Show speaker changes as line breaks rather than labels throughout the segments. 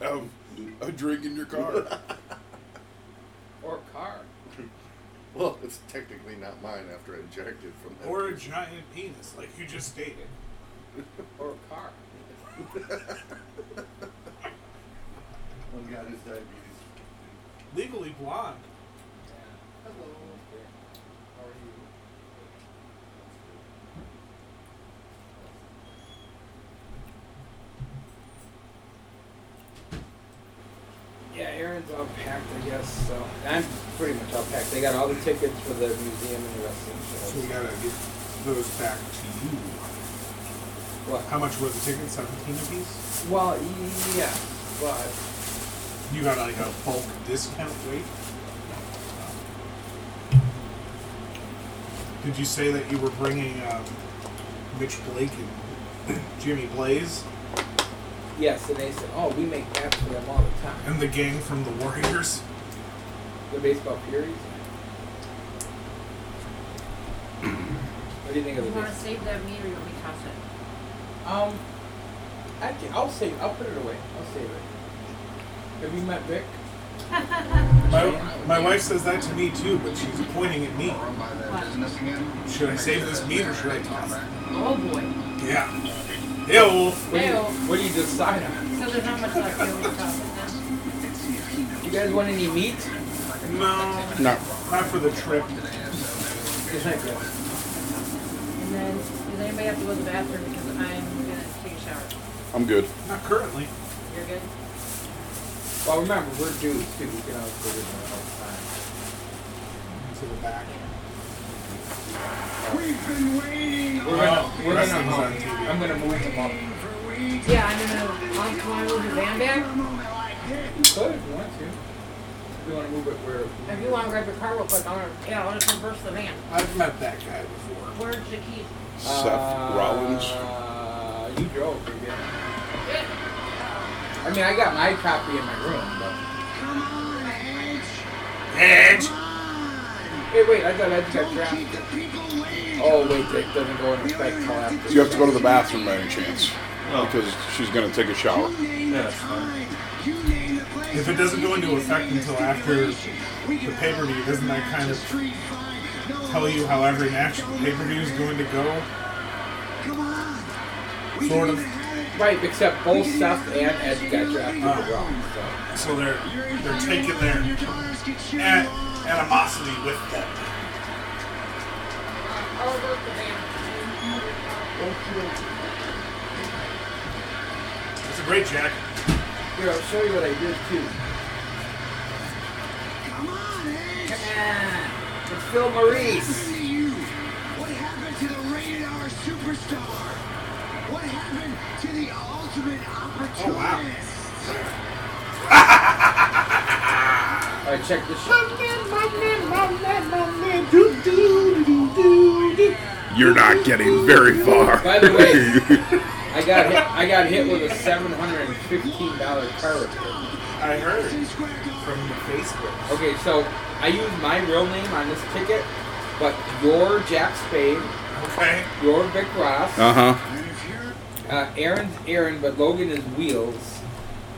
have a drink in your car.
Or car.
Well, it's technically not mine after I ejected from that.
Or a giant penis, like you just stated.
Or car.
One got his diabetes.
Legally blonde.
Yeah. Hello. How are you? Yeah, Aaron's all packed, I guess. So I'm pretty much all packed. They got all the tickets for the museum and the rest
So
of the
we
shows.
gotta get those back to you.
What?
How much were the tickets? Seventeen apiece?
Well, yeah, but
You got like a bulk discount rate? Did you say that you were bringing um, Mitch Blake and Jimmy Blaze
yeah. So they said, oh, we make apps for them all the time.
and the gang from the Warriors?
The baseball Furies. What do you think of the
You want to
baseball?
save that meat or you want me to toss it?
Um, I can, I'll save. I'll put it away. I'll save it. Have you met Vic?
My, my wife says that to me too, but she's pointing at me.
Run by
What?
that business again?
Should I save this meat or should I toss it?
Oh boy.
Yeah. Ew.
What do you,
Ew.
what do you decide on?
So there's not much left. You want me to toss it then?
You guys want any meat?
No.
No.
Not for the trip.
It's not good.
And then, does anybody have to go to the bathroom because I'm gonna take a shower.
I'm good.
Not currently.
You're good?
Well, remember we're dudes too. We can always go to dinner all the time.
To the back.
We're gonna,
Oh,
we're gonna
wrestling's
move.
on TV.
I'm gonna move tomorrow.
Yeah, I'm gonna, I'll, can I move your van back?
Could if you want to. If you want to move it where?
If you wanna grab your car real quick, I wanna, yeah, I wanna converse the van.
I've met that guy before.
Where's the keys?
Seth
Uh,
Rollins.
You drove, did you?
Good.
I mean, I got my copy in my room, but.
Edge.
Hey, wait, I thought I just got drafted. Oh, wait, that doesn't go into effect till after.
You have to go to the bathroom by any chance. Because she's going to take a shower.
If it doesn't go into effect until after the pay per view, doesn't that kind of tell you how every match the pay per view is going to go? Sort of.
Right, except both Seth and Edge got drafted
Oh.
to Raw,
So they're they're taking their
Eh.
an- animosity with them.
I'll work the van.
It's a great jacket.
so. Here, I'll show you what I did too. Come on, It's Phil Maurice.
What happened to the rated R superstar? What happened to the ultimate opportunist?
Oh, wow.
Alright, check this shit.
You're not getting very far.
By the way- I got hit, I got hit with a $715 car repair.
I heard from Facebook.
Okay, so I used my real name on this ticket, but your Jack Spade,
Okay.
your Vic Ross,
uh huh.
Uh, Aaron's Aaron, but Logan is Wheels,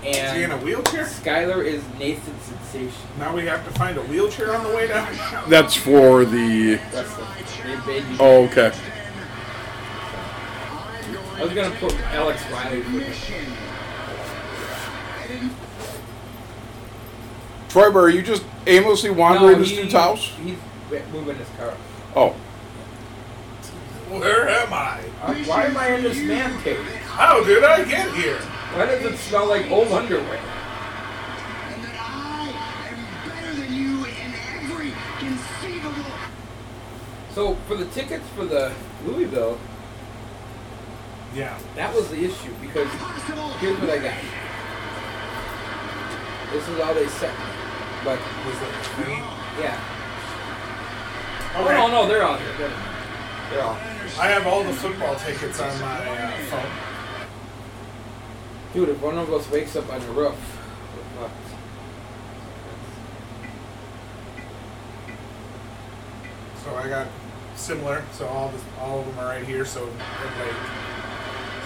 Is he in a
and
wheelchair?
Skylar is Nathan Sensation.
Now we have to find a wheelchair on the way down.
That's for the.
That's the they made me-
Oh, okay.
I was gonna put Alex Riley. with it.
Troyber, are you just aimlessly wandering this
he-
dude's house?
He's moving his car. Uh,
Oh.
Where am I?
Uh, why am I in this man cave?
How did I get here?
Why does it smell like old underwear?
And that I am better than you in every conceivable.
So for the tickets for the Louisville,
Yeah.
that was the issue because
Possible.
here's what I got. This is all they sent me, but
Was that me?
yeah. Oh
Okay.
no, no, they're all here. They're, they're all.
I have all the football tickets on my uh, phone.
Dude, if one of us wakes up on the roof, we're fucked.
So I got similar. So all the, all of them are right here. So everybody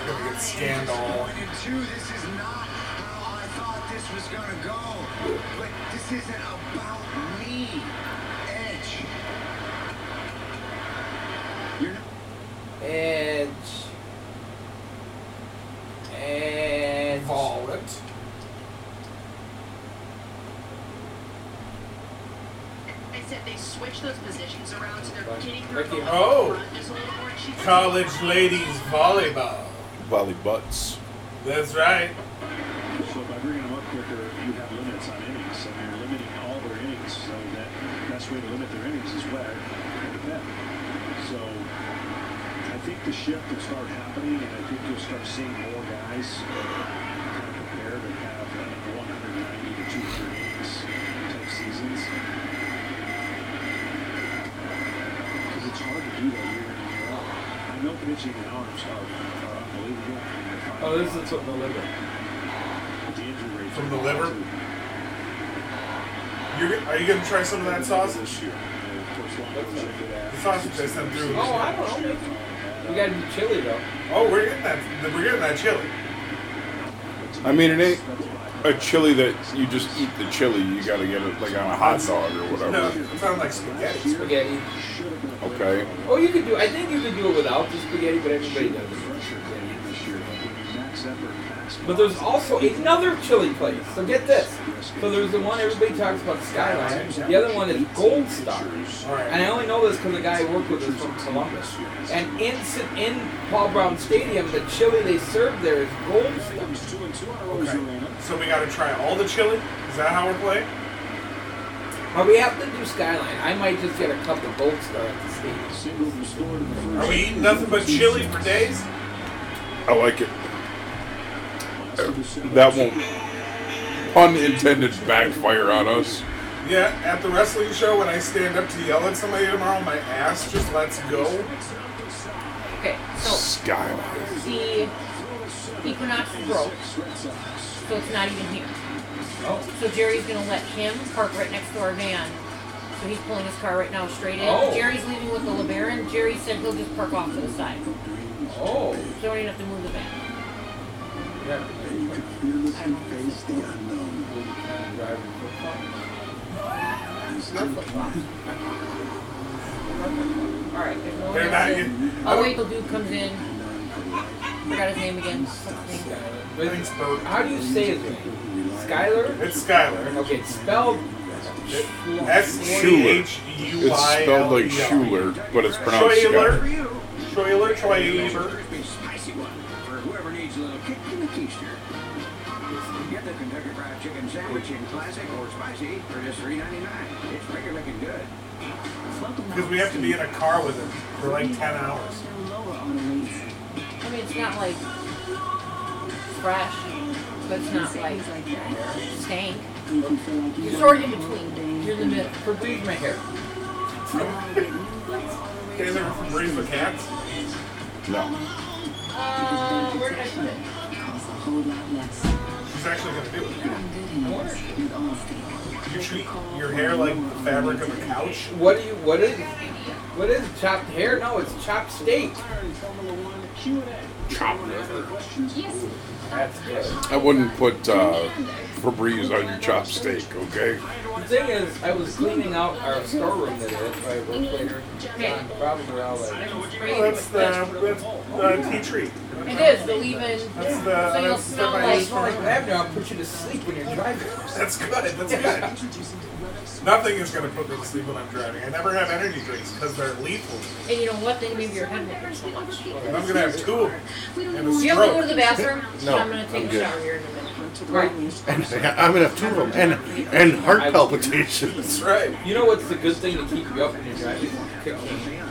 is gonna get scanned all.
Two, this is not how I thought
this was gonna go, but this isn't about me, Edge. You're not
Edge. Edge.
Vault.
They said they switched those positions around so they're getting her
Becky,
ball
oh.
front. There's a little more and she's-
College ladies volleyball.
Volley butts.
That's right.
So by bringing them up quicker, you have limits on innings, and you're limiting all their innings. So that best way to limit their innings is wet and to bet. So I think the shift will start happening, and I think you'll start seeing more guys kind of prepared and have uh, 190 to 200 innings type seasons. Because it's hard to do that year in and year out. I know pitching and arms are, are unbelievable.
Oh, this is from the liver.
The injury rate
From the liver? You're, are you gonna try some of that sausage?
this year.
The sausage they sent through.
Oh, I don't know. We gotta do chili though.
Oh, we're getting that. We're getting that chili.
I mean, it ain't a chili that you just eat the chili. You gotta get it like on a hot dog or
No,
whatever.
it sounds like spaghetti.
Spaghetti.
Okay.
Oh, you could do. I think you could do it without the spaghetti, but everybody does. But there's also another chili place. So get this. So there's the one everybody talks about, Skyline. The other one is Gold Star.
All right.
And I only know this because the guy I work with is from Columbus. And in in Paul Brown Stadium, the chili they serve there is Gold Star.
Okay. So we gotta try all the chili. Is that how we're playing?
But we have to do Skyline. I might just get a cup of Gold Star at the stadium.
Are we eating nothing but chili for days?
I like it. That won't unintended backfire on us.
Yeah. At the wrestling show, when I stand up to yell at somebody tomorrow, my ass just lets go.
Okay, so
Skyline.
the Equinox broke, so it's not even here.
Oh.
So Jerry's gonna let him park right next to our van. So he's pulling his car right now straight in.
Oh.
Jerry's leaving with the LeBaron. Jerry said he'll just park off to the side.
Oh.
So we don't even have to move the van.
Yeah.
I don't know. Alright, there's no one
They're
else
not
in.
getting-
Oh wait, the dude comes in. Forgot his name again. What's his name?
Everything's burnt.
How do you say his name? Skyler?
It's Skylar.
Okay, it's spelled.
S C H U
It's
I
spelled
L
like
E R.
Schuler, but it's pronounced
Troiler.
Skyler.
Troiler. Troiler.
Crispy, spicy one for whoever needs a little kick in the keister. Get the Kentucky Fried Chicken sandwich in classic or spicy for just $3.99. It's bigger looking good.
Because we have to be in a car with him for like 10 hours.
I mean, it's not like fresh, but it's not like stank. You're sort of in between. You're in the middle.
Perfect my hair.
Guys are from Breeze with Cats.
No.
Uh, where did I put it?
She's actually going to do it. You treat your hair like the fabric of a couch.
What do you? What is? What is chopped hair? No, it's chopped steak.
Chop liver.
Yes.
That's good.
I wouldn't put uh, Febreze on your chopped steak, okay?
The thing is, I was cleaning out our storeroom today. That's why I work later. On Probably around like.
Oh, that's the that's the tea tree.
It is the leave-in.
That's the
so you'll
that's the
smell
my
like.
It's not like Lavender. I'll put you to sleep when you're driving.
That's good. That's good. Nothing is going to put me to sleep when I'm driving. I never have energy drinks because they're lethal.
And you know what? Then maybe your head will hurt so much. Do
And I'm going to have two of them and a
you have to go to
stroke.
the bathroom?
No,
I'm gonna take
I'm
a
good.
shower here in a minute.
Right.
I'm gonna have two of them, and and heart palpitations.
That's right.
You know what's the good thing to keep you up when you're driving? Cocaine.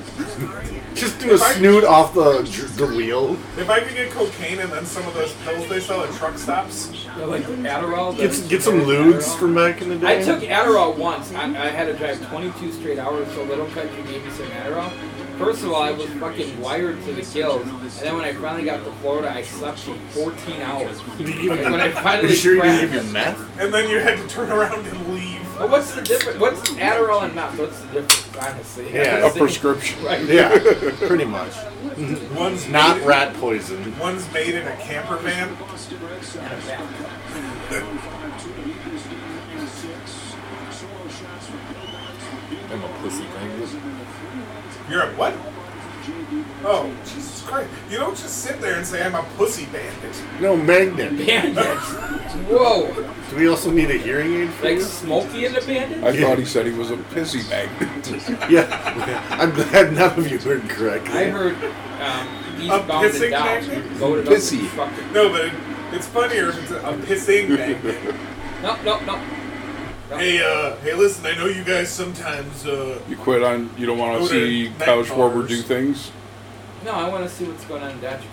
Just do a snoot off the the wheel.
If I could get cocaine and then some of those pills they sell at truck stops,
You know, like Adderall. the-
Get s- get some lubes from back in the
I
day.
took Adderall once. I, I had to drive 22 straight hours, so Little Country gave me some Adderall. First of all, I was fucking wired to the gills, and then when I finally got to Florida, I slept for 14 hours. And when I finally
You sure you didn't
crashed-
give you meth?
and then you had to turn around and leave.
But what's the difference? What's Adderall and meth? What's the difference, honestly?
Yeah,
A prescription.
Right.
Yeah, pretty much.
One's
Not
made-
rat poison.
One's made in a camper van.
I'm a pussy, thank you.
You're a what? Oh, Jesus Christ. You don't just sit there and say, I'm a pussy bandit.
No magnet.
Bandits. Whoa.
Do we also need a hearing aid for
Like
you?
Smokey and the Bandit?
I thought he said he was a pissy magnet.
Yeah. I'm glad none of you heard correctly.
I heard um, these
A
bombs
pissing
and dolls
magnet?
loaded up
Pissy.
with fucking.
No, but it, it's funnier if it's a, a pissing bandit.
No, no, no. no.
Hey, uh, hey, listen, I know you guys sometimes, uh,
you quit on. You don't want
Go
to
to
see
night
Kyle Schwarber
bars.
do things.
No, I want to see what's going on in Dodger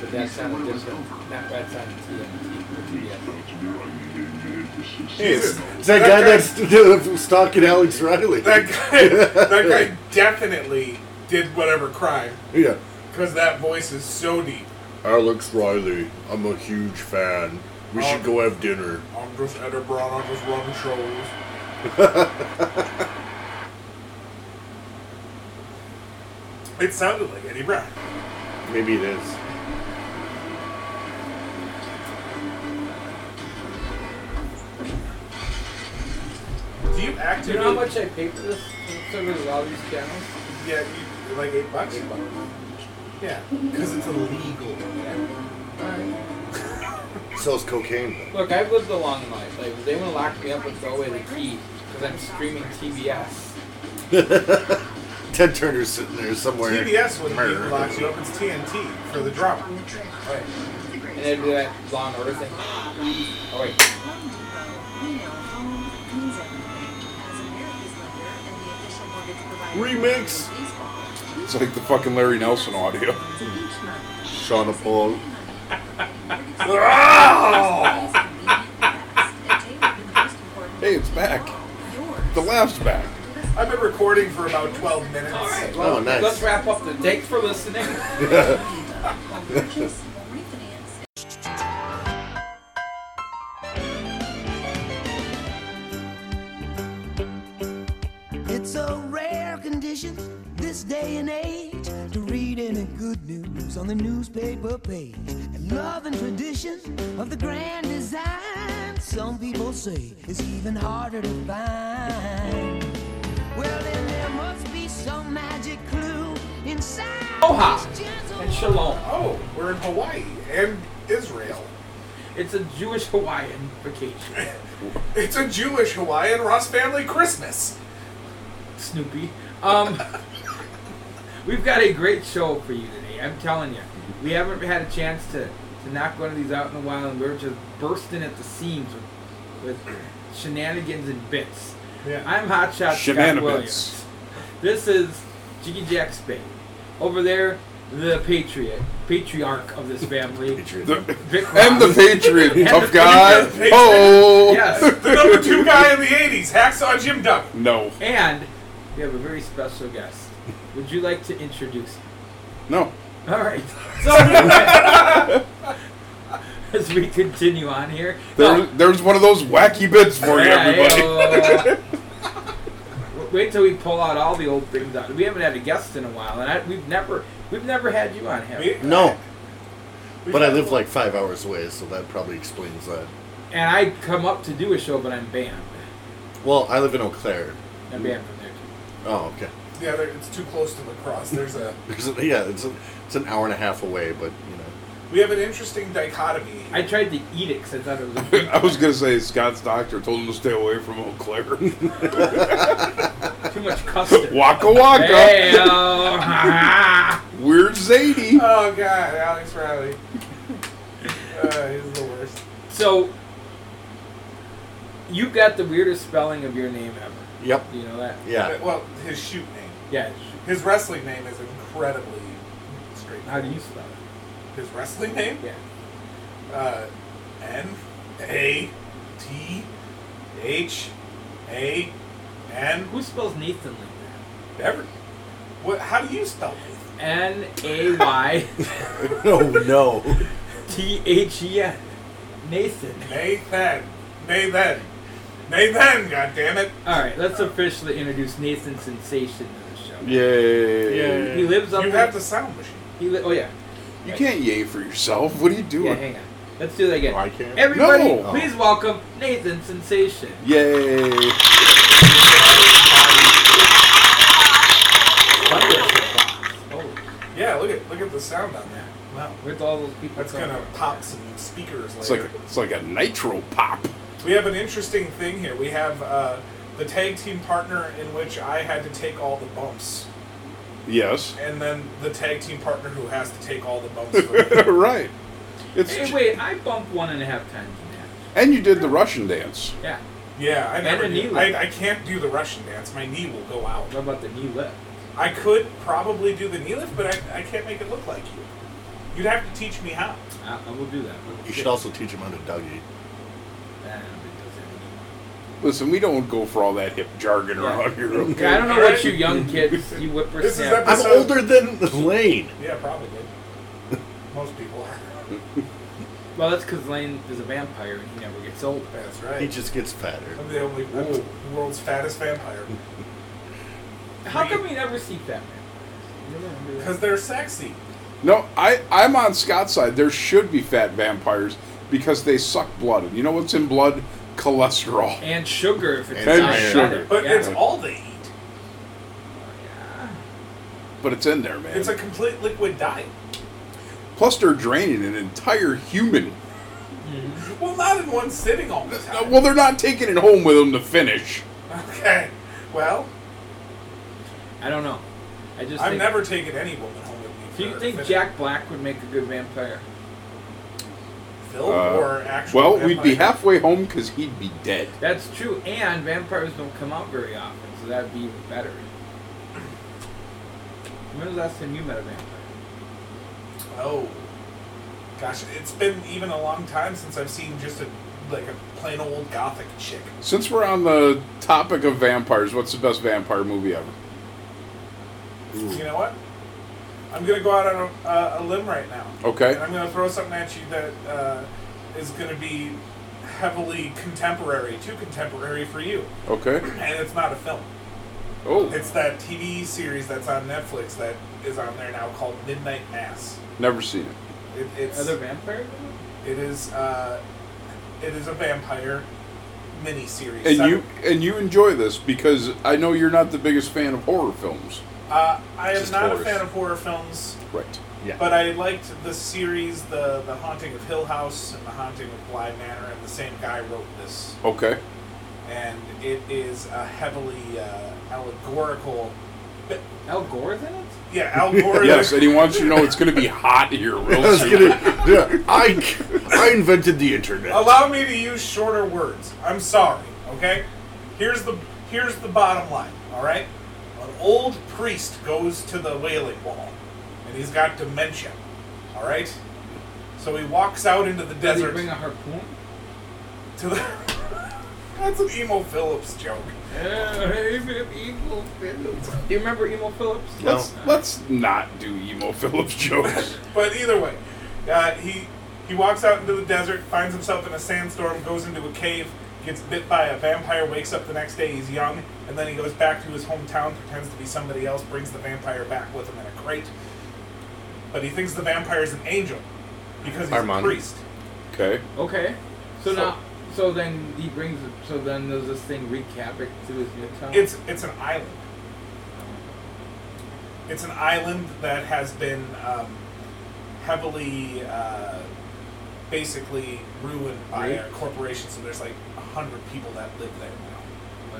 But that sounded different. That, that sounded TNT.
hey, it's-
It's that, guy that's stalking Alex Riley.
that guy, that guy definitely did whatever crime
yeah.
because that voice is so deep.
Alex Riley, I'm a huge fan.
Oh.
We should go have dinner.
I'm just Ed Brown, I'm just running shows. it sounded like Eddie Brown.
Maybe it is.
Do
Do you
you know how
actively?
much I pay for this service with all these channels?
yeah, you, like eight bucks.
Eight bucks.
Yeah, because it's illegal.
Sells cocaine.
Look, I've lived a long life. Like, if they want to lock me up and throw away the key because I'm streaming TBS.
Ted Turner's sitting there somewhere.
TBS wouldn't
Murder.
be locked you up. It's TNT for the drama.
Right. And they do that Law and Order thing. Oh, wait.
Remix.
It's like the fucking Larry Nelson audio.
Shauna Paul.
Hey, it's back. The laugh's back.
I've been recording for about 12 minutes.
All right.
Oh,
Well,
nice.
Let's wrap up the thanks for listening.
It's a rare condition this day and age to read any good news on the newspaper page. And love and tradition of the grand design, some people say, is even harder to find. Well, then there must be some magic clue inside.
Aloha
this gentle
and shalom.
Oh, we're in Hawaii and Israel.
It's a Jewish Hawaiian vacation.
It's a Jewish Hawaiian Ross family Christmas.
Snoopy. Um, we've got a great show for you today. I'm telling you, we haven't had a chance to, to knock one of these out in a while, and we're just bursting at the seams with, with shenanigans and bits.
Yeah.
I'm Hotshot Scott
Shenanigans.
Williams. This is Jiggy Jack Spade. Over there, the patriot, patriarch of this family,
The,
Vic
and the
Ross.
Patriot, tough
the
guy.
Patriot.
Oh,
Yes.
The number two guy in the 80s, Hacksaw Jim Duggan.
No,
And we have a very special guest. Would you like to introduce him?
no.
All right. So anyway, as we continue on here,
There,
No.
there's one of those wacky bits for you,
Yeah,
everybody.
yeah, well, Wait till we pull out all the old things out. We haven't had a guest in a while, and I, we've never we've never had you on here.
Me?
No. But I live like five hours away, so that probably explains that.
And I come up to do a show, but I'm banned.
Well, I live in Eau Claire.
I'm banned from there. Too.
Oh, okay.
Yeah, there- it's too close to lacrosse. There's a.
There's a- yeah, it's, a, it's an hour and a half away, but you know.
We have an interesting dichotomy.
I tried to eat it because I thought it was. A
I was gonna say Scott's doctor told him to stay away from Eau Claire.
too much custard.
waka waka.
Hey, uh. oh,
Weird Zadie.
Oh, God, Alex Riley. Uh, he's the worst.
so you got the weirdest spelling of your name ever.
Yep.
Do you know that?
Yeah.
Well, his shoot name.
Yeah. it's-
His wrestling name is incredibly straight.
How do you spell it?
His wrestling name?
Yeah.
uh, N A T H A N.
Who spells Nathan like
Ever? What? How do you spell it?
that? N A Y
Oh no.
T H E N. Nathan.
Nathan. Nathan. Nathan. God damn it!
All right, let's officially introduce Nathan Sensation to the show.
Yay.
He lives up.
You
in-
have the sound machine.
He li- oh yeah.
You can't yay for yourself. What are you
Yeah,
doing?
hang on. Let's do that again.
Oh, I can't?
Everybody,
No!
please welcome Nathan Sensation.
Yay!
Yeah, look at look at the sound on that. Wow.
Oh, With all those people.
That's
coming.
gonna pop some speakers
It's
later.
like it's like a nitro pop.
We have an interesting thing here. We have uh, the tag team partner in which I had to take all the bumps,
Yes.
and then the tag team partner who has to take all the bumps. For me.
right. It's
Hey, wait, I bumped one and a half times in
and you did the Russian dance.
that. Yeah.
Yeah, I
And
never.
a knee
do-
lift.
I, I can't do the Russian dance. My knee will go out.
What about the knee lift?
I could probably do the knee lift, but I, I can't make it look like you. You'd have to teach me how.
I, I will do that.
You should also teach him how to Dougie.
I don't think that's it.
Listen, we don't go for all that hip jargon around here.
Yeah, I
Okay.
don't know what you young kids, you
This is
whippersnappers.
episode.
I'm older than Lane.
Yeah, probably. Most people are.
Well, that's because Lane is a vampire and he never gets old.
That's
He
right.
just gets fatter.
I'm the only I'm the world's fattest vampire.
How come we never see Batman? You don't remember that?
Because they're sexy.
No, I I'm on Scott's side. There should be fat vampires because they suck blood, and you know what's in blood? Cholesterol.
And sugar, if it's
And
not
sugar.
better.
But
yeah.
it's all they eat.
But it's in there, man.
It's a complete liquid diet.
Plus, they're draining an entire human. Uh,
Well, not in one sitting all the time.
Well, they're not taking it home with them to finish.
Okay. Well,
I don't know. I just
I've
think,
never taken any woman home with me.
Do
for
you
a
think
finish.
Jack Black would make a good vampire? Oh,
Phil
Uh,
or actual?
Well, we'd be
vampire?
halfway home because he'd be dead.
That's true, and vampires don't come out very often, so that'd be even better. When was the last time you met a vampire?
Oh, gosh, it's been even a long time since I've seen just a like a plain old gothic chick.
Since we're on the topic of vampires, what's the best vampire movie ever?
You know what? I'm gonna go out on a, uh, a limb right now.
Okay.
And I'm gonna throw something at you that uh, is gonna be heavily contemporary, too contemporary for you.
Okay.
And it's not a film.
Oh,
It's that TV series that's on Netflix that is on there now called Midnight Mass.
never seen it.
It,
Are
it's
there vampires? in it?
it is uh, it is a vampire miniseries.
And
Seven-
you and you enjoy this because I know you're not the biggest fan of horror films.
Uh, I am
Just
not a
horrors.
fan of horror films,
Right.
Yeah.
but I liked the series, the the Haunting of Hill House and the Haunting of Bly Manor, and the same guy wrote this,
Okay.
and it is a heavily uh, allegorical. But,
Al Gore's in it?
yeah, allegorical.
Yes, and he wants you to know it's going to be hot here
I
real
was
soon.
gonna, yeah, I, I invented the internet.
Allow me to use shorter words. I'm sorry. Okay. Here's the here's the bottom line. All right. An old priest goes to the Wailing Wall, and he's got dementia. All right. So he walks out into the
Does he
desert.
bring a harpoon?
to the. That's an emo Phillips joke.
Emo Phillips. Do you remember Emo Phillips?
Let's let's not do emo Phillips jokes.
But either way, uh, he he walks out into the desert, finds himself in a sandstorm, goes into a cave, gets bit by a vampire, wakes up the next day, he's young, and then he goes back to his hometown, pretends to be somebody else, brings the vampire back with him in a crate. But he thinks the vampire is an angel because he's
Armand.
a priest.
Okay.
Okay. So,
So-
now, so then he brings. So then does this thing wreak havoc to his new town?
It's it's an island. It's an island that has been um, heavily, uh, basically ruined by a
Raped?
corporation. So there's like a hundred people that live there now.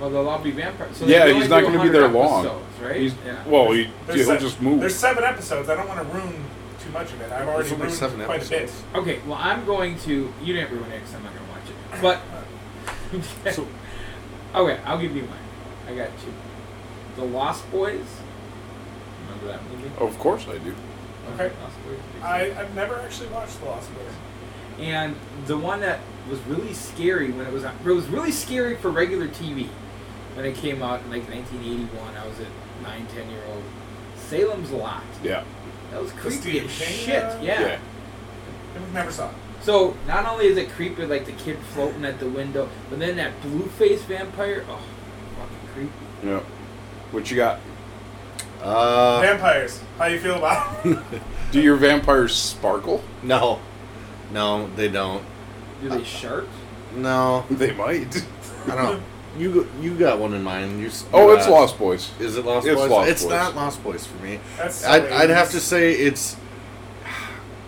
Well, they'll all be vampires. So they
yeah,
can
he's
only
not
do
going to be there
100
long.
episodes, Right?
He's,
yeah.
Well, he,
There's
he'll
se-
just move.
There's seven episodes. I don't want to ruin too much of it. I've already
There's only
ruined
seven
quite
episodes.
Okay, well, I'm going to. You didn't ruin it 'cause I'm not going to watch it. But.
So-
okay, I'll give you mine. I got two. The Lost Boys. Remember that movie?
Of course I do.
Okay.
Lost Boys.
a bit. I, I've never actually watched The Lost Boys.
and the one that was really scary when it was on, it was really scary for regular TV when it came out in like 1981. I was a nine, ten year old. Salem's Lot.
Yeah.
That was creepy
Stephen
as
King,
shit.
uh,
yeah.
I never saw it.
So not only is it creepy, like the kid floating at the window, but then that blue faced vampire. Oh, fucking creepy.
Yeah. What you got?
Uh,
Vampires. How you feel about? it?
Do your vampires sparkle?
no.
No, they don't.
Do they sharp?
No,
they might.
I don't. know. You you got one in mind. You. s- uh,
Oh,
you
Uh,
it's
got-
Lost Boys.
Is it Lost
It's
Boys?
Lost
it's
Boys.
not Lost Boys for me.
That's so
I'd, I'd have
80s.
to say it's.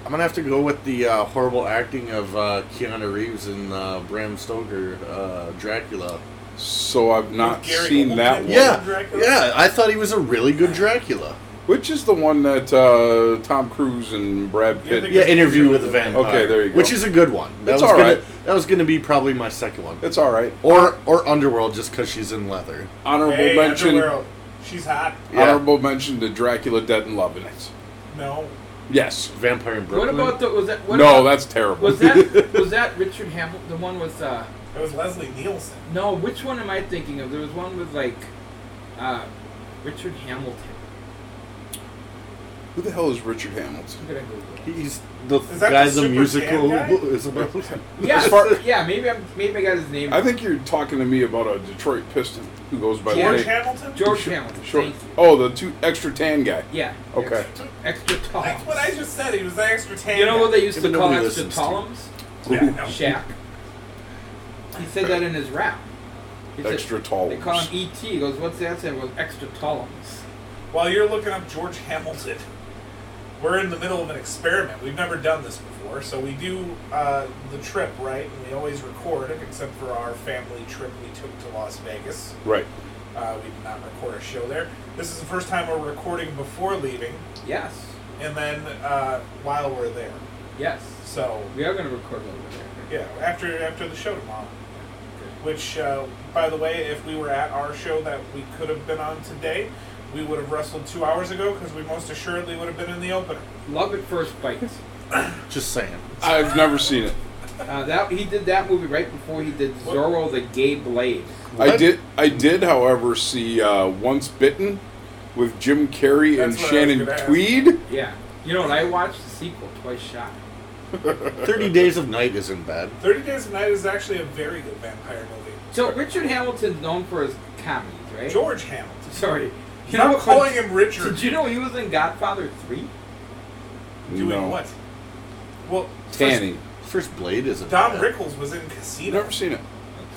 I'm gonna have to go with the uh, horrible acting of uh, Keanu Reeves and uh, Bram Stoker uh, Dracula.
So I've not
Gary
seen that
Oldman?
one.
Yeah,
Dracula?
yeah. I thought he was a really good Dracula.
Which is the one that uh, Tom Cruise and Brad
Yeah, I
Pitt.
think
Yeah, Interview with a Vampire.
Okay, there you go.
Which is a good one.
It's
was
all
gonna-
right.
That was gonna be probably my second one.
It's all right.
Or or Underworld, just because she's in leather.
Honorable
Hey,
mention.
Underworld. She's hot.
Yeah.
Honorable mention to Dracula Dead and Loving It.
No.
Yes.
Vampire in
What
Brooklyn.
about the was that? What
no,
about,
that's terrible.
was that was that Richard Hamill? The one with uh
It was Leslie Nielsen.
no, which one am I thinking of? There was one with like uh Richard Hamilton.
Who the hell is Richard Hamilton?
I'm gonna Google. it.
He's the
Is that
guy
the
the,
super tan
musical
guy?
is about.
Yeah,
As far-
yeah, maybe I'm maybe I got his name.
I think you're talking to me about a Detroit Piston who goes by
Yeah.
George
the name.
Hamilton?
George Hamilton.
Short,
Thank you.
oh, the two extra tan guy.
Yeah.
Okay.
Extra tall.
That's what I just said. He was the extra tan.
You know what they used to
Nobody
call extra
listens to
tallums?
Yeah, no.
Shaq. He said that in his rap. He said-
Extra tall.
They call him ET. He goes, what's that? I said, well, extra tallums.
While you're looking up George Hamilton, we're in the middle of an experiment. We've never done this before, so we do uh, the trip, right? And we always record, except for our family trip we took to Las Vegas.
Right.
Uh, we did not record a show there. This is the first time we're recording before leaving,
Yes.
and then uh, while we're there.
Yes.
So
We are going to record over there.
yeah, after after the show tomorrow. Which, uh, by the way, if we were at our show that we could have been on today, we would have wrestled two hours ago because we most assuredly would have been in the opener.
Love at First Bite.
Just saying.
I've never seen it.
Uh, that He did that movie right before he did Zorro the Gay Blade.
I did. I did, however, see uh, Once Bitten with Jim Carrey and
That's what I was
Shannon
gonna ask.
Tweed.
Yeah. You know what? I watched the sequel, Twice Shot.
Thirty Days of Night isn't bad.
Thirty Days of Night is actually a very good vampire movie.
So Richard Hamilton's known for his comedies, right?
George Hamilton.
Sorry. You
I'm
know,
calling him Richard.
Did you know he was in Godfather 3?
Doing
no.
what? Well,
Tanny.
First Blade isn't.
Don
bad.
Rickles was in
You've
Casino.
never seen it.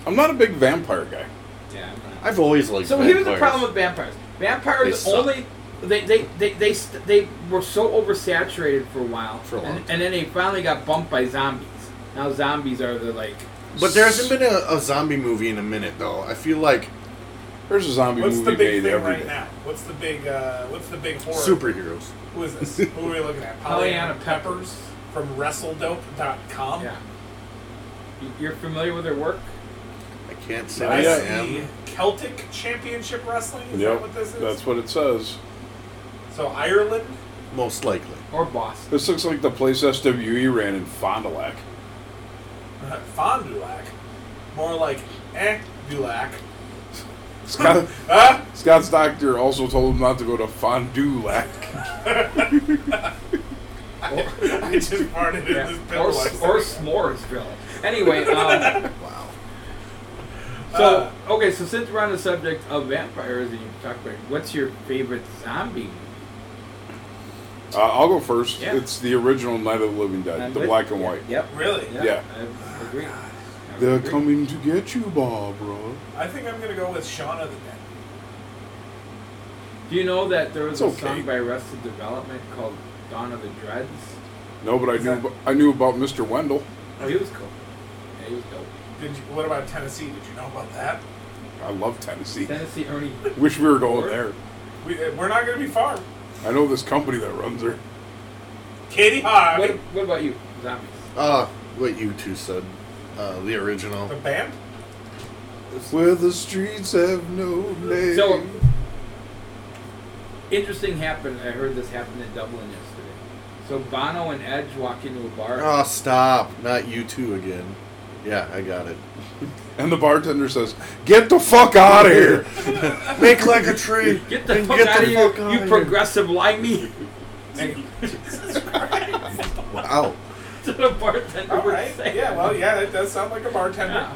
I'm not a big vampire guy.
Yeah. I'm not-
I've always liked.
So here's the
vampires.
problem with vampires.
They
Vampires
suck.
only they they they they, st- they were so oversaturated for a while,
For a long
and, and then they finally got bumped by zombies. Now zombies are the like
But there hasn't been a, a zombie movie in a minute though. I feel like
There's a zombie
What's
movie
the
made
big thing
every
right
day.
now? What's the big? Uh, what's the big horror?
superheroes.
Who is this? Who are we looking at?
Pollyanna
Peppers from
Um.
WrestleDope.com.
yeah. You- You're familiar with their work?
I can't say
I
I
Yeah.
see
am.
Celtic Championship Wrestling. Is
Yep,
that what this is?
that's what it says.
so Ireland.
Most likely.
Or Boston?
This looks like the place SWE ran in Fond du Lac.
uh, Fond du Lac. More like eh du Lac.
Scott,
Ah,
Scott's doctor also told him not to go to Fond du Lac.
I just farted
Yeah.
in this
Or,
pickle.
s- or S'moresville. Anyway, um,
Wow.
so okay, so since we're on the subject of vampires and you talked about, what's your favorite zombie? movie?
Uh, I'll go first.
Yeah.
It's the original Night of the Living Dead,
I'm
the
with-
black and white.
Yep.
Really?
Yep,
Yeah.
I agree. I
They're
agree.
coming to get you, Barbara.
I think I'm gonna go with Shaun of the Dead.
Do you know that there
It's
was a song
okay.
by Arrested Development called Dawn of the Dreads?
No, but I
Is
knew
that-
abo- I knew about Mr. Wendell.
Oh, he was cool. Yeah, he was dope.
Did you, what about Tennessee? Did you know about that?
I love Tennessee.
Tennessee Ernie.
Wish we were going there.
We, uh, we're not gonna be far.
I know this company that runs there.
Katie Hogg,
What, what about you? Zombies.
Uh, what you two said. Uh, the original.
the band.
Where the streets have no name.
So, interesting happened. I heard this happen in Dublin yesterday. So Bono and Edge walk into a bar.
Oh, stop! Not you two again. Yeah, I got it.
and the bartender says, "Get the fuck out of here."
Make like a tree.
Get the
and
fuck
get
out
the
of here,
fuck outta
you
here.
progressive limey!
Wow.
to the bartender
All
would
right.
say.
Yeah. Well, yeah, that does sound like a bartender.
Yeah.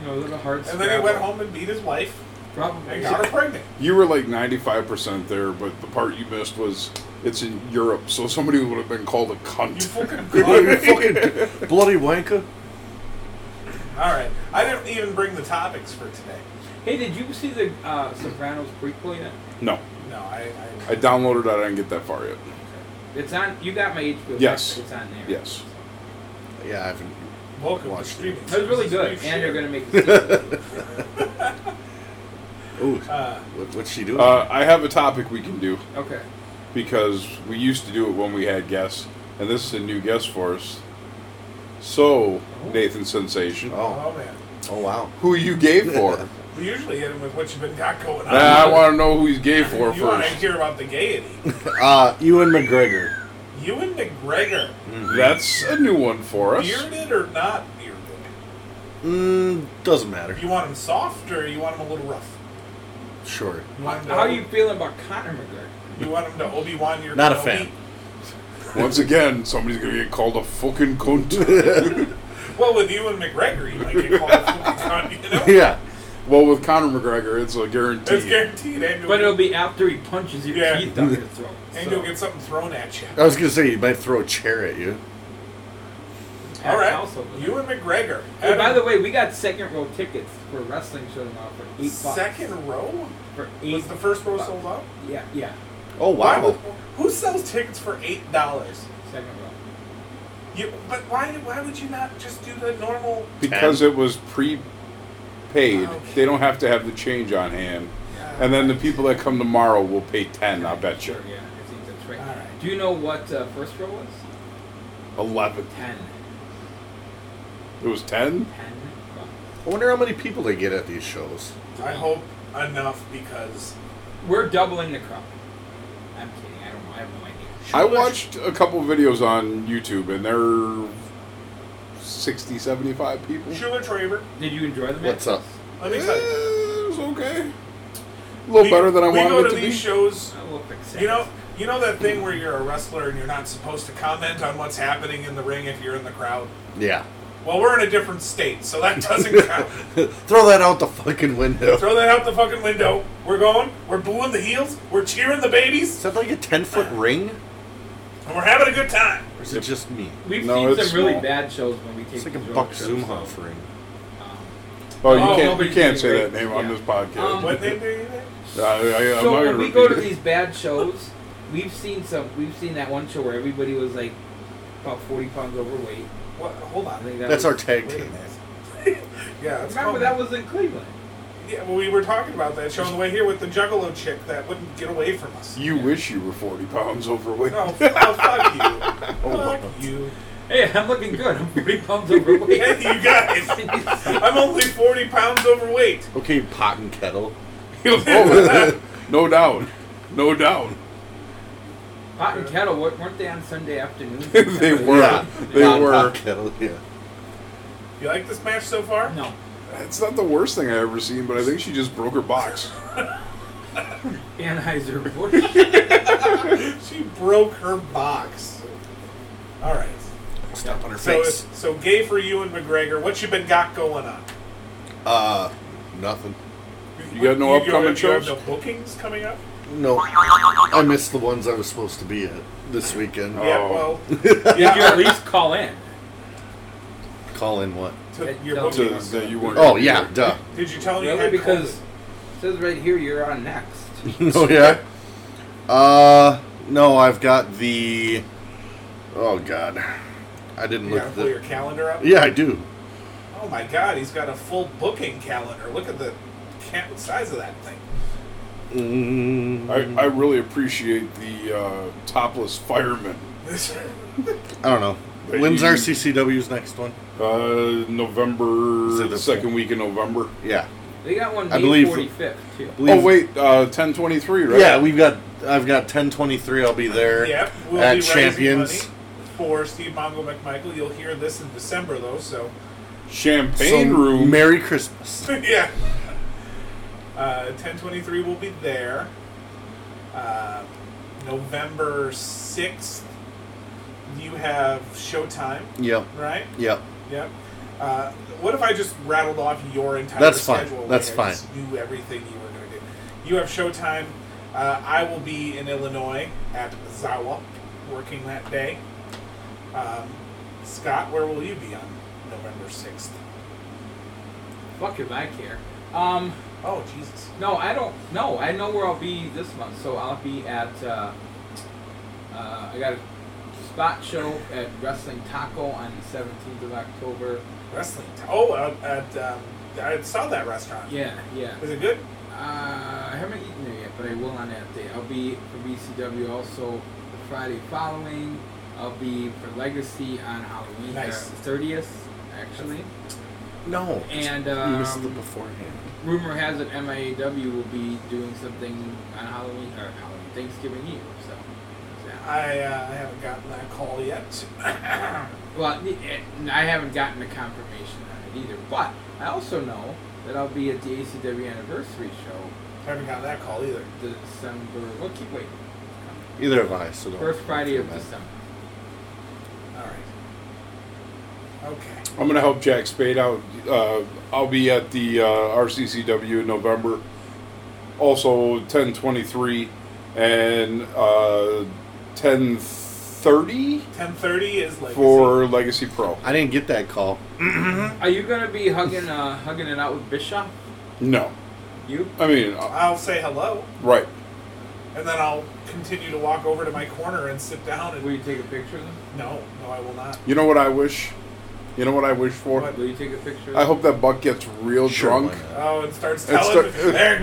You know, a little hard
And then he went home and beat his wife.
Probably.
Eggs that are pregnant.
You were like 95% there, but the part you missed was it's in Europe, so somebody would have been called a cunt.
You fucking
You fucking bloody wanker.
All right. I didn't even bring the topics for today.
Hey, did you see the uh, Sopranos prequel yet?
No.
No, I. I,
I downloaded it. I didn't get that far yet.
It's on. You got my HBO.
Yes.
It's on there.
Yes.
Yeah, I haven't.
Welcome to
Watch.
streaming.
It was really good,
We've
and they're
shared.
gonna make. it.
Ooh,
Uh,
what, what's she doing?
Uh, I have a topic we can do
okay.
because we used to do it when we had guests, and this is a new guest for us. So, Nathan Sensation,
oh,
oh man,
oh wow.
who you gay for?
we usually hit him with what you've been got going on.
Nah, I want to know who he's gay for
you want to
first.
hear about the gaiety?
Uh, Ewan McGregor.
Ewan McGregor,
That's a new one for us.
bearded or not bearded?
Mm, doesn't matter.
You want him soft or you want him a little rough?
Sure.
You want him to,
How are you feeling about Conor McGregor?
You want him to Obi Wan your
Not a
Kenobi?
Once again, somebody's gonna get called a fucking cunt.
Well, with Ewan McGregor, you might get called a fucking cunt, you know?
Yeah.
well, with Conor McGregor, it's a
That's
guarantee.
guaranteed, and you'll,
But it'll be after he punches your
Yeah.
teeth out of your throat.
and
so.
you'll get something thrown at you.
I was gonna say you might throw a chair at you.
That's
All right,
also good.
Ewan McGregor.
Hey, by
Adam,
the way, we got second row tickets for a wrestling show tomorrow for eight bucks.
second row
for eight.
was the first row
bucks.
sold out.
Yeah, yeah.
Oh wow.
Who sells tickets for eight dollars?
Second row.
You, but why? Why would you not just do the normal?
Because it was pre-paid, they don't have to have the change on hand. And then the people that come tomorrow will pay ten. I bet you.
Sure, yeah. I think that's right.
All right.
Do you know what uh, first row was?
Eleven.
Ten.
It was ten.
Ten bucks.
I wonder how many people they get at these shows.
I hope enough because
We're doubling the crowd. I'm kidding. I don't know. I have no idea.
I watched a couple videos on YouTube, and they're 60, 75 people. Eh,
Schuler Traver.
Did you enjoy the match?
What's up?
Let me
it
tell you,
was okay. A little better than I
we go
wanted
to
it to be.
these shows.
I will fix it.
You know, you know that thing where you're a wrestler and you're not supposed to comment on what's happening in the ring if you're in the crowd.
Yeah.
Well, we're in a different state, so that doesn't count.
Throw that out the fucking window.
Throw that out the fucking window. We're going. We're booing the heels. We're cheering the
Is
babies,
that like a ten foot ring?
and we're having a good time.
Or is it just me?
We've
No,
seen
it's
some really
small.
bad shows when we take
It's like a
these road
Buck
trips,
Zoomhoff
so,
ring.
um,
Oh, you
Oh,
can't, you
nobody's
can't say
doing
that
great.
name on
Yeah.
this podcast.
Um,
What they do?
I, I, I'm
so
not
when
gonna
we go to
repeat it.
these bad shows, we've seen some. We've seen that one show where everybody was like about forty pounds overweight.
What? Hold
I
on.
think that
That's
was,
our tag
Wait a
team.
minute. yeah, it's
Remember
called-
that was in Cleveland.
Yeah, well, we were talking about that show on the way here with the Juggalo chick that wouldn't get away from us.
You wish you were 40 pounds overweight.
No, f- oh, fuck you.
Oh,
Fuck you.
Hey, I'm looking good. I'm forty pounds overweight.
Hey, you guys. I'm only 40 pounds overweight.
Okay, pot and kettle.
Oh, no doubt. No doubt.
Pot and kettle wa- weren't they on Sunday afternoon?
they were. They
Pot and
were.
pot kettle. Yeah.
You like this match so far?
No.
It's not the worst thing I ever seen, but I think she just broke her box.
Anheuser Busch.
She broke her box. All right.
Step on her
So,
face.
so gay for you and McGregor. What you been got going on?
Uh, nothing.
You got no upcoming
you have
shows?
no bookings coming up?
No, I missed the ones I was supposed to be at this weekend.
Oh.
Yeah, well,
Did you at least call in?
Call in what?
to your
That-
To,
bookings.
that you weren't.
Oh yeah, duh.
Did you tell me you
Really?
had
Because
COVID?
it says right here you're on next.
oh yeah. Uh, no, I've got the. Oh god, I didn't
You
look
gotta
at
pull your
the.
calendar up.
Yeah, I do.
Oh my God, he's got a full booking calendar. Look at the ca- size of that thing.
Mm,
I, I really appreciate the uh, topless fireman.
I don't know.
But
When's
you-
RCCW's next one?
Uh,
Is
November,
it
the
the-
second week in November.
Yeah.
They got one
I
May
believe-
45th, too.
Oh, wait, uh, 1023, right?
Yeah, we've got. I've got 1023. I'll be there.
Yep, we'll
at
be
Champions.
raising money for Steve Mongo McMichael. You'll hear this in December though, so
Champagne
So,
room.
Merry Christmas.
yeah. Uh, ten twenty three will be there. Uh, November sixth, you have Showtime,
Yep.
right?
Yep.
Yep. Uh, what if I just rattled off your entire
That's fine.
schedule?
That's
like I
fine.
Just knew everything you were You have showtime. Uh, I will be in Illinois at Zawa, working that day. Um, Scott, where will you be on November sixth?
Fuck if I care. Um,
oh Jesus.
No, I don't. No, I know where I'll be this month. So I'll be at. Uh, uh, I got a spot show at Wrestling Taco on the seventeenth of October.
Wrestling. Ta- oh, uh, at um, I saw that restaurant.
Yeah, yeah.
Is it good?
Uh, I haven't eaten there yet, but I will on that day. I'll be for BCW also the Friday following. I'll be for Legacy on Halloween,
Nice.
thirtieth, actually.
No.
And
you missed
um,
it beforehand.
rumor has it MIAW will be doing something on Halloween or Halloween Thanksgiving Eve. So, yeah.
I uh, I haven't gotten that call yet.
well, it- it- I haven't gotten a confirmation on it either. But I also know that I'll be at the ACW anniversary show,
haven't gotten that call either.
December. What? Keep waiting.
Either have I, so don't.
First Friday of
don't-
December.
All right. Okay.
I'm gonna help Jack Spade out. Uh, I'll be at the uh, RCCW in November, also 10:23 and uh, 10:30
Ten thirty is like
for Legacy Pro.
I didn't get that call.
Are you gonna be hugging uh, hugging it out with Bischoff?
No,
You?
I mean, uh,
I'll say hello,
right?
and then I'll continue to walk over to my corner and sit down.
Will
And
you take a picture of them?
no, no, I will not.
You know what I wish? You know what I wish for?
What?
Will you take a picture? Of
I
them?
hope that Buck gets real
Sure, why
drunk.
not?
Oh, it starts
It
telling
start-
Eric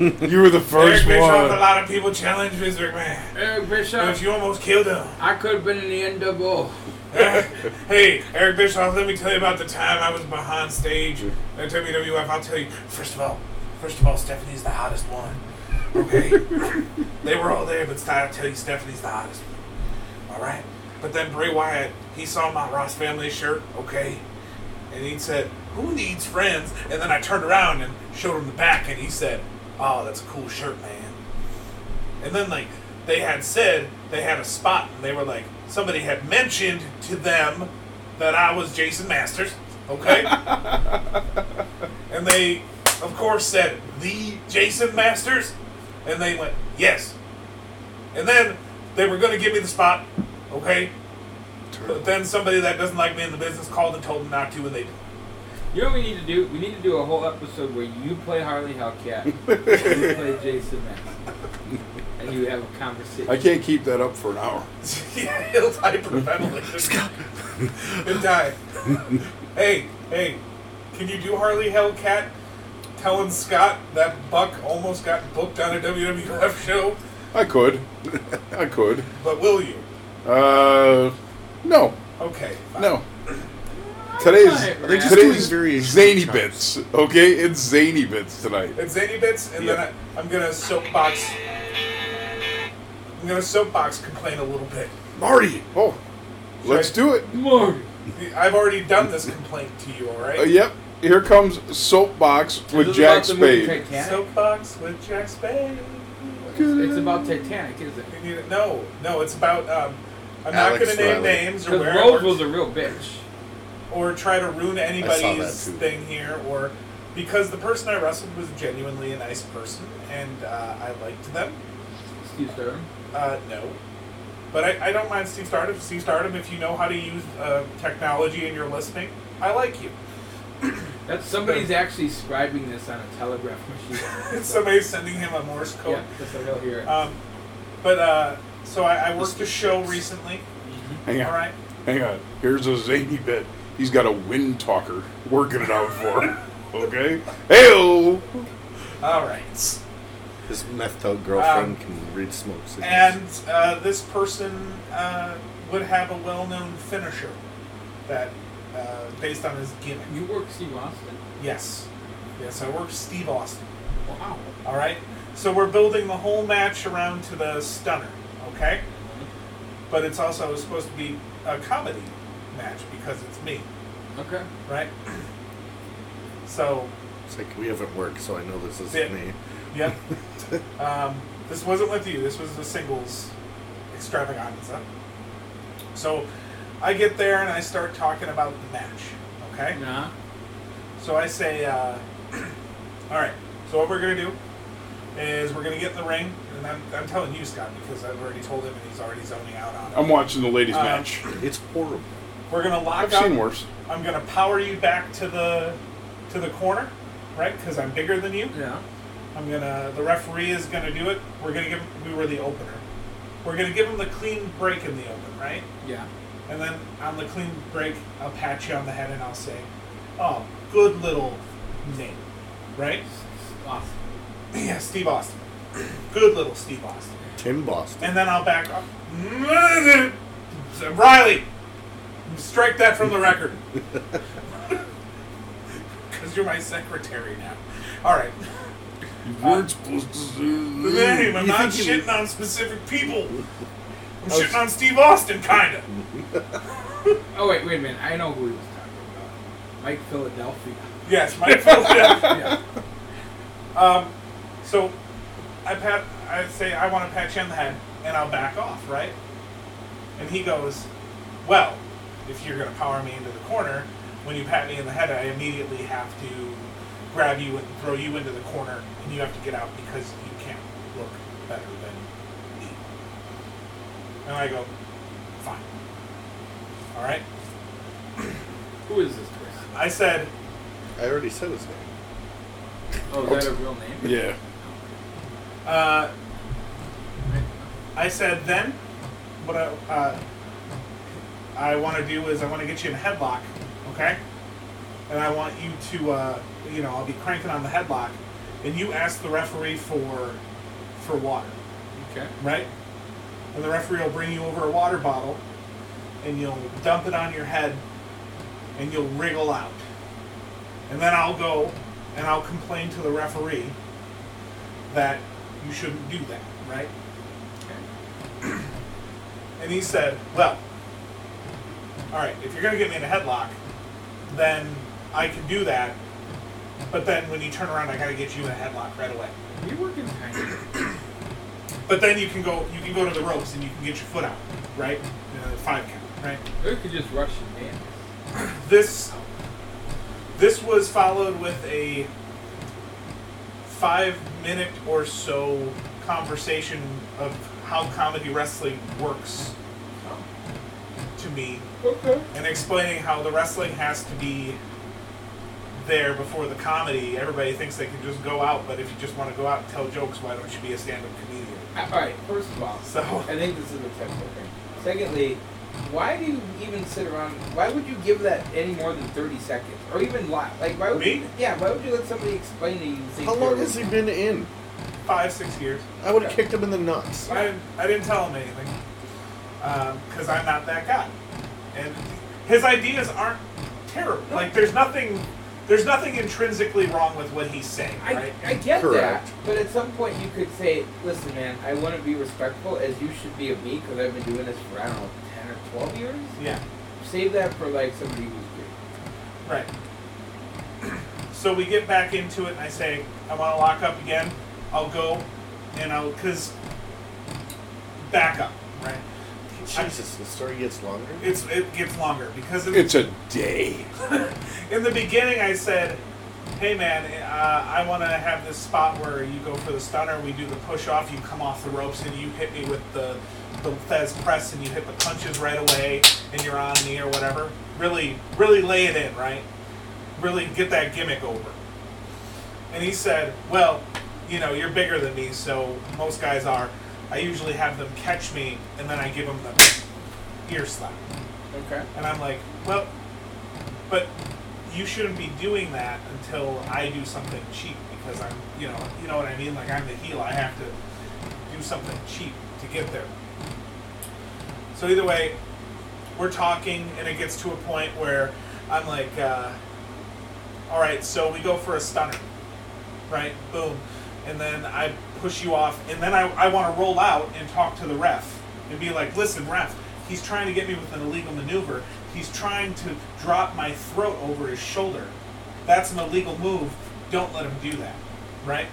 You were the
Eric
first
Bischoff. A
one.
lot of people challenge Vince McMahon.
Eric
But
Bischoff.
you almost killed him.
I could have been in the NWO.
hey, Eric Bischoff, let me tell you about the time I was behind stage at WWF. I'll tell you. First of all, first of all, Stephanie's the hottest one. Okay, they were all there, but I'll tell you, Stephanie's the hottest. All right, but then Bray Wyatt, he saw my Ross Family shirt. Okay, and he said, "Who needs friends?" And then I turned around and showed him the back, and he said, "Oh, that's a cool shirt, man." And then like they had said they had a spot and they were like somebody had mentioned to them that I was Jason Masters, okay? and they of course said the Jason Masters and they went, "Yes." And then they were going to give me the spot, okay? But then somebody that doesn't like me in the business called and told them not to and they
You know what we need to do? We need to do a whole episode where you play Harley Hellcat, and you play Jason Max, and you have a conversation.
I can't keep that up for an hour.
yeah, he'll hyperventilate. and die. hey, hey, can you do Harley Hellcat telling Scott that Buck almost got booked on a WWF show?
I could. I could.
But will you?
Uh, no,
Okay. fine.
no. Today's
Alright,
They're just
today's
doing very
zany
extreme
bits. Okay, it's zany bits tonight.
It's Zany Bits, and
Yeah.
then I, I'm gonna soapbox. I'm gonna soapbox complain a little bit.
Marty, oh, let's
Sorry.
do it.
Marty.
I've already done this complaint to you, alright?
Uh, yep. Here comes soapbox with
Is this
Jack
about the movie
Spade.
Titanic?
Soapbox with Jack Spade.
it's about Titanic, isn't it?
We need it- No, no, it's about. Um, I'm
Alex
not gonna name
Riley.
names or
Because
where I
Rose
worked.
was a real bitch.
or try to ruin anybody's
too.
thing here, or because the person I wrestled was genuinely a nice person and uh, I liked them.
Excuse her.
Uh, no. But I, I don't mind Steve Stardom. Steve Stardom, if you know how to use uh, technology and you're listening, I like you.
That's somebody's actually scribing this on a telegraph machine. Uh,
Somebody's sending him a Morse code.
yeah, that's a real hero.
Um, but uh, so I, I worked a show recently.
Hang on,
All right.
hang on. Here's a zany bit. He's got a wind talker working it out for him. Okay. Heyo.
All right.
His meth out girlfriend
Um,
can read smoke signals.
And uh, this person uh, would have a well-known finisher that, uh, based on his gimmick.
you work Steve Austin?
Yes. Yes, I worked Steve Austin.
Wow.
All right. So we're building the whole match around to the stunner. Okay. But it's also supposed to be a comedy match because it's me,
Okay.
right? So,
it's like we haven't worked, so I know this is
Yeah.
not me.
yep. um, this wasn't with you. This was the singles extravaganza. So, I get there and I start talking about the match. Okay.
Nah.
So I say, uh, all right. So what we're gonna do? is we're going to get in the ring, and I'm, I'm telling you, Scott, because I've already told him and he's already zoning out on it.
I'm watching the ladies'
Um,
match.
It's horrible.
We're going to lock
I've
up.
seen worse.
I'm going to power you back to the to the corner, right? Because I'm bigger than you.
Yeah.
I'm gonna. The referee is gonna do it. We're gonna give. We were the opener. We're gonna give him the clean break in the open, right?
Yeah.
And then on the clean break, I'll pat you on the head and I'll say, "Oh, good little name," right?
Awesome.
Yeah, Steve Austin. good little Steve Austin.
Tim Boston.
And then I'll back off. Riley, strike that from the record. Because you're my secretary now. All right.
You weren't supposed to.
The name. I'm
You
not
think Oh, you-
shitting on specific people. I'm
I was-
shitting on Steve Austin, kind of.
Oh wait, wait a minute. I know who he was talking about. Mike Philadelphia.
Yes, Mike Philadelphia. um, so I pat, I say I want to pat you on the head, and I'll back off, right? And he goes, "Well, if you're gonna power me into the corner, when you pat me in the head, I immediately have to grab you and throw you into the corner, and you have to get out because you can't look better than me." And I go, "Fine, all right."
Who is this person?
I said,
I already said his name.
Oh, is that a real name?
Yeah.
Uh, I said then, what I, uh, I want to do is I want to get you in a headlock, okay? And I want you to, uh, you know, I'll be cranking on the headlock, and you ask the referee for, for water,
Okay.
right? And the referee will bring you over a water bottle, and you'll dump it on your head, and you'll wriggle out. And then I'll go, and I'll complain to the referee that you shouldn't do that, right? And he said, Well, alright, if you're going to get me in a headlock, then I can do that. But then when you turn around, I got to get you in a headlock right away.
You're working kind of.
But then you can go you can go to the ropes and you can get your foot out, right? You know, five count, right?
Or you could just rush your man.
This this was followed with a five minute or so conversation of how comedy wrestling works to me
Okay.
and explaining how the wrestling has to be there before the comedy. Everybody thinks they can just go out, but if you just want to go out and tell jokes, why don't you be a stand up comedian?
All right. First of all,
So-
I think this is a technical thing. Secondly, why do you even sit around? Why would you give that any more than thirty seconds, or even lot? Like why would
Me?
yeah? Why would you let somebody explain to you? and think
How long
they're-
has he been in?
Five, six years.
I would have kicked him in the nuts.
I didn't, I didn't tell him anything because I'm not that guy. And his ideas aren't terrible. Like there's nothing, there's nothing intrinsically wrong with what he's saying,
I,
right?
I get
Correct.
that, but at some point you could say, "Listen, man, I want to be respectful, as you should be of me, because I've been doing this for I don't know, ten or twelve years.
yeah,
Save that for like somebody who's great."
right. So we get back into it, and I say, I want to lock up again. I'll go, and I'll because back up, right?
Jesus, the story gets longer.
It's it gets longer because in,
It's a day.
in the beginning I said, "Hey man, uh, I want to have this spot where you go for the stunner. We do the push off. You come off the ropes and you hit me with the the Fez press and you hit the punches right away and you're on me or whatever. Really, really lay it in, right? Really get that gimmick over." And he said, "Well, you know, you're bigger than me, so most guys are. I usually have them catch me and then I give them the ear slap."
Okay.
And I'm like, well, but you shouldn't be doing that until I do something cheap because I'm, you know, you know what I mean. Like I'm the heel, I have to do something cheap to get there. So either way, we're talking, and it gets to a point where I'm like, uh, all right, so we go for a stunner, right? Boom, and then I push you off, and then I, I want to roll out and talk to the ref and be like, listen, ref, he's trying to get me with an illegal maneuver. He's trying to drop my throat over his shoulder. That's an illegal move. Don't let him do that, right?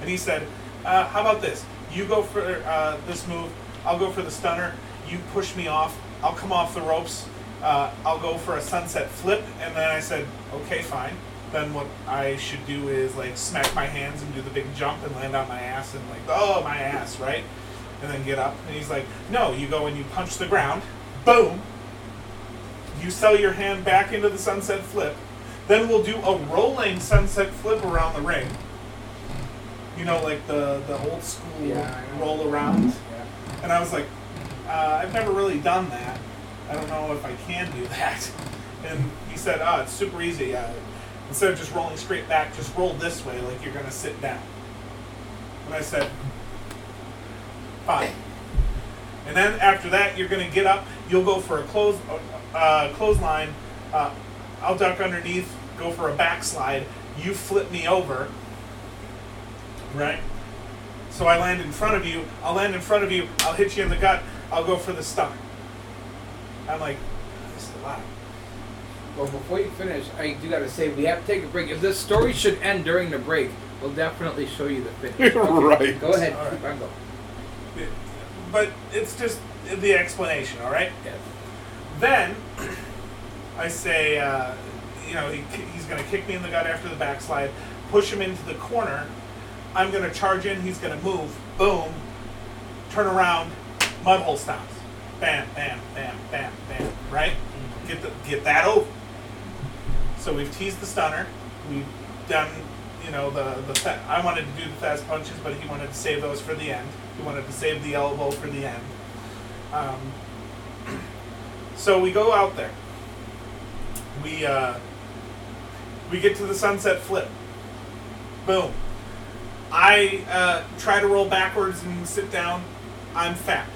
And he said, uh, how about this? You go for uh, this move. I'll go for the stunner. You push me off. I'll come off the ropes uh, I'll go for a sunset flip, and then I said, okay, fine. Then what I should do is like smack my hands and do the big jump and land on my ass and like, oh, my ass, right? And then get up. And he's like, no, you go and you punch the ground, boom. You sell your hand back into the sunset flip. Then we'll do a rolling sunset flip around the ring. You know, like the, the old school
Yeah, I know.
roll around. And I was like, uh, I've never really done that. I don't know if I can do that. And he said, Oh, it's super easy. Uh, instead of just rolling straight back, just roll this way like you're going to sit down. And I said, Fine. And then after that, you're going to get up. You'll go for a close, uh, clothesline. Uh, I'll duck underneath, go for a backslide. You flip me over. Right? So I land in front of you. I'll land in front of you. I'll hit you in the gut. I'll go for the stomach. I'm like, this is a lot.
Well, before you finish, I do gotta say we have to take a break. If this story should end during the break, we'll definitely show you the finish.
Right.
Go ahead.
All right.
Keep on going.
But it's just the explanation, all right?
Yes.
Then I say, uh, you know, he, he's going to kick me in the gut after the backslide, push him into the corner. I'm going to charge in. He's going to move. Boom. Turn around. Mud hole stops. Bam, bam, bam, bam, bam. Right? Get the, get that over. So we've teased the stunner. We've done, you know, the the. Fa- I wanted to do the fast punches, but he wanted to save those for the end. He wanted to save the elbow for the end. Um, so we go out there. We uh, we get to the sunset flip. Boom. I uh, try to roll backwards and sit down. I'm fat.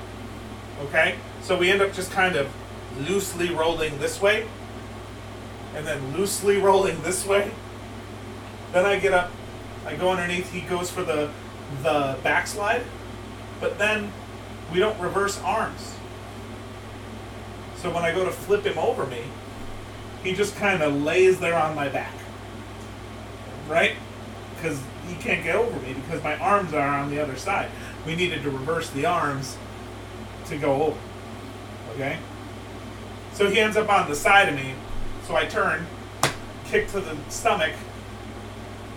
Okay? So we end up just kind of loosely rolling this way and then loosely rolling this way. Then I get up, I go underneath, he goes for the the backslide, but then we don't reverse arms. So when I go to flip him over me, he just kind of lays there on my back. Right? Because he can't get over me because my arms are on the other side. We needed to reverse the arms to go over. Okay? So he ends up on the side of me. So I turn, kick to the stomach.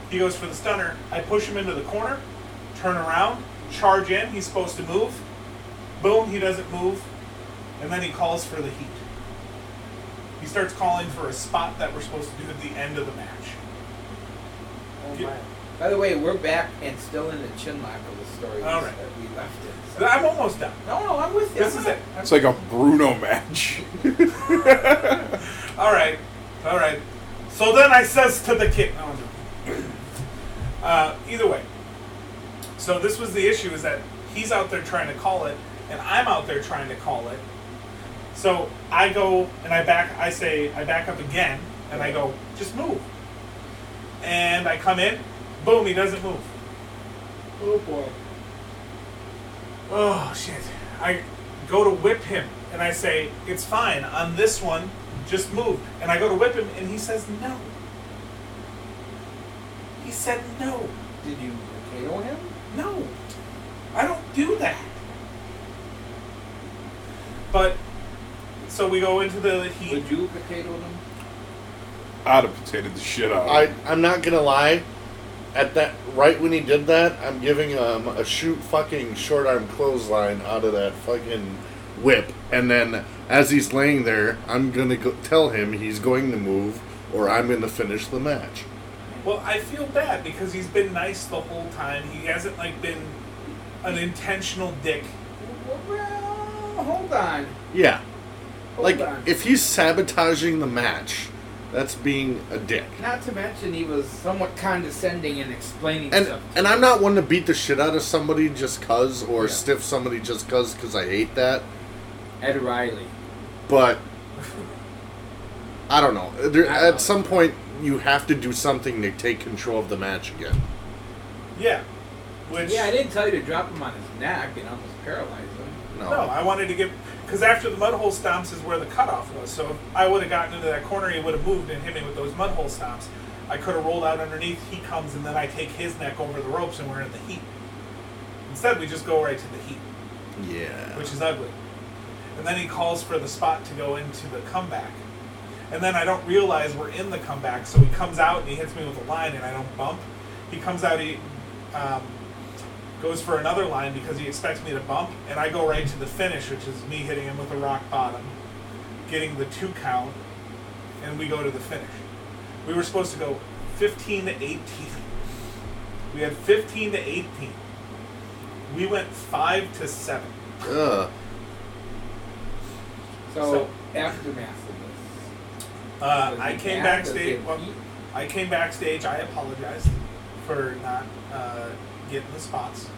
He goes for the stunner. I push him into the corner, turn around, charge in. He's supposed to move. Boom, he doesn't move. And then he calls for the heat. He starts calling for a spot that we're supposed to do at the end of the match.
Oh,
Yeah.
my. By the way, we're back and still in the chin lock of the story
All right.
that we left it.
So I'm almost done.
no, no, I'm with you.
This
I'm
is
not-
it.
It's like a Bruno match.
All right, all right. So then I says to the kid, no, no. Uh, either way. So this was the issue: is that he's out there trying to call it, and I'm out there trying to call it. So I go and I back. I say I back up again, and I go just move. And I come in, boom! He doesn't move.
Oh boy.
Oh shit! I go to whip him, and I say it's fine on this one. Just move. And I go to whip him, and he says no. He said no.
Did you KO him?
No, I don't do that. But so we go into the heat.
Would you potato him?
I'd have potatoed the shit out of
I
it.
I'm not gonna lie. At that right when he did that, I'm giving um a shoot fucking short arm clothesline out of that fucking whip, and then as he's laying there, I'm gonna go tell him he's going to move, or I'm gonna finish the match.
Well, I feel bad because he's been nice the whole time. He hasn't like been an intentional dick.
Well, hold on.
Yeah,
Hold
like
on.
if he's sabotaging the match, that's being a dick.
Not to mention he was somewhat condescending in explaining
And
stuff.
and I'm not one to beat the shit out of somebody just cause, or stiff somebody just cause, because I hate that.
Ed Riley.
but I don't know. There,
I don't know.
at some point, you have to do something to take control of the match again.
Yeah. Which
Yeah, I didn't tell you to drop him on his neck and almost paralyze him.
No,
No, I wanted to get because after the mud hole stomps is where the cutoff was. So if I would have gotten into that corner, he would have moved and hit me with those mud hole stomps. I could have rolled out underneath. He comes and then I take his neck over the ropes and we're in the heat. Instead, we just go right to the heat,
yeah,
which is ugly. and then he calls for the spot to go into the comeback. And then I don't realize we're in the comeback, so he comes out and he hits me with a line, and I don't bump. He comes out, he um, goes for another line because he expects me to bump, and I go right to the finish, which is me hitting him with a rock bottom, getting the two count, and we go to the finish. We were supposed to go 15 to 18. We had 15 to 18. We went 5 to 7.
Ugh.
So, aftermath of this.
Uh,
So
I
the
came
after
backstage.
the-
Well, I came backstage. I apologized for not uh, getting the spots.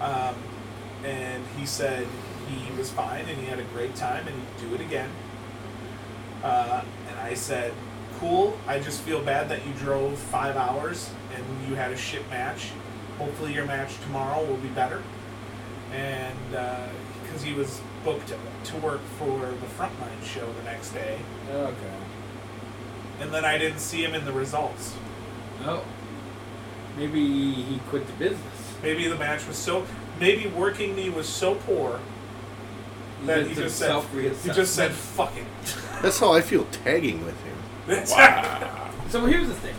Um, and he said he was fine and he had a great time and he'd do it again. Uh, and I said, "Cool. I just feel bad that you drove five hours and you had a shit match. Hopefully, your match tomorrow will be better." And because he was booked to work for the Frontline show the next day,
Okay.
and then I didn't see him in the results.
Oh. Maybe he quit the business.
Maybe the match was so. Maybe working me was so poor that he
did some
just said. He
self-reassessment.
just said, "Fuck it."
That's how I feel tagging with him.
That's
So here's the thing.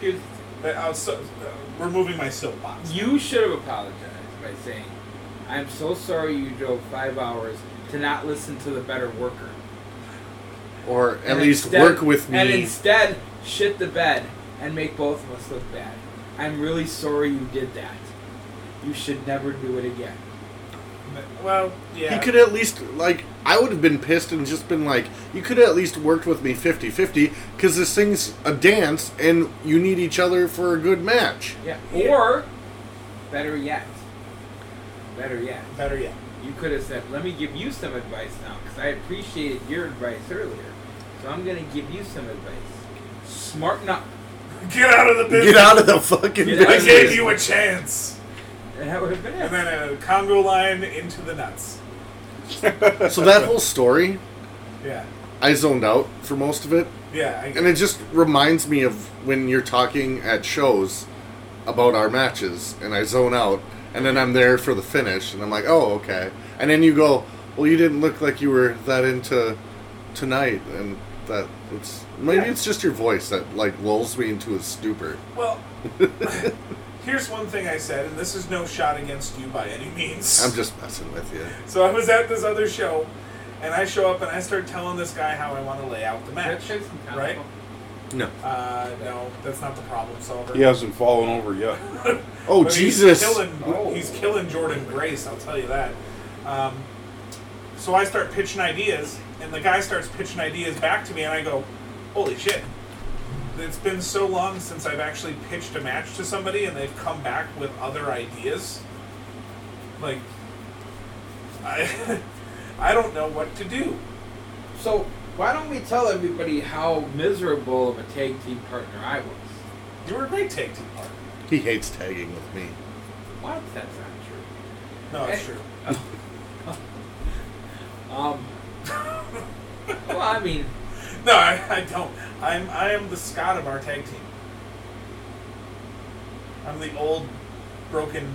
Here's the thing.
But I was so, uh, removing my soapbox.
You should have apologized by saying, I'm so sorry you drove five hours to not listen to the better worker.
Or at
And
least
instead-
work with
And
me.
instead, shit the bed and make both of us look bad. I'm really sorry you did that. You should never do it again.
Well, yeah.
He could at least, like, I would have been pissed and just been like, you could have at least worked with me 50 50 because this thing's a dance and you need each other for a good match.
Yeah.
Yeah.
Or, better yet, better yet,
Better yet.
you could have said, let me give you some advice now, because I appreciated your advice earlier. So I'm going to give you some advice. Smarten up.
Get out of the business.
Get out of the fucking
Get out of
I
the
business.
gave you a chance.
And that would have been it.
And then a Congo line into the nuts.
So that whole story,
Yeah.
I zoned out for most of it.
Yeah. I,
And it just reminds me of when you're talking at shows about our matches, and I zone out, and then I'm there for the finish, and I'm like, oh, okay. And then you go, well, you didn't look like you were that into tonight, and that it's maybe it's just your voice that like lulls me into a stupor.
well, here's one thing I said, and this is no shot against you by any means.
I'm just messing with you.
So I was at this other show, and I show up and I start telling this guy how I want to lay out the
Can I
match.
try some Taco?
Right?
No.
Uh, no, that's not the problem solver.
He hasn't fallen over yet.
Oh
But
Jesus!
He's killing,
Oh.
he's killing Jordan Grace, I'll tell you that. Um, so I start pitching ideas, and the guy starts pitching ideas back to me, and I go, "Holy shit!" It's been so long since I've actually pitched a match to somebody, and they've come back with other ideas. Like, I, I don't know what to do.
So why don't we tell everybody how miserable of a tag team partner I was?
You were a great tag team partner.
He hates tagging with me.
What? That's not true.
No, it's
Eh.
true.
Um. well, I mean,
No, I, I don't. I'm I am the Scott of our tag team. I'm the old, broken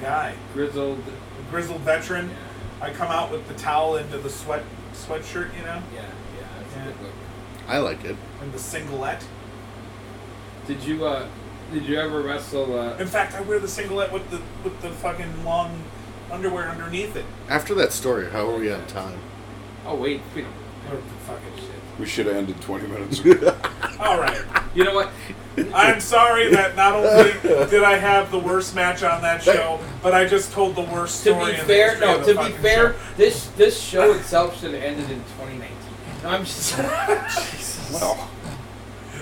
guy,
grizzled.
grizzled veteran.
Yeah,
I come out with the towel into the sweat sweatshirt, you know,
yeah, yeah. That's
Yeah.
a good look.
I like it.
and the singlet.
Did you uh? Did you ever wrestle? Uh,
In fact, I wear the singlet with the with the fucking long underwear underneath it.
After that story, how are we on time?
oh wait, we don't.
Or fucking shit.
We should have ended 20 minutes ago.
All right.
You know what?
I'm sorry that not only did I have the worst match on that show, but I just told the worst
to
story.
be
in the
fair,
history
no.
of the
To be
fucking
fair,
show.
this this show itself should have ended in 2019. No, I'm just.
well,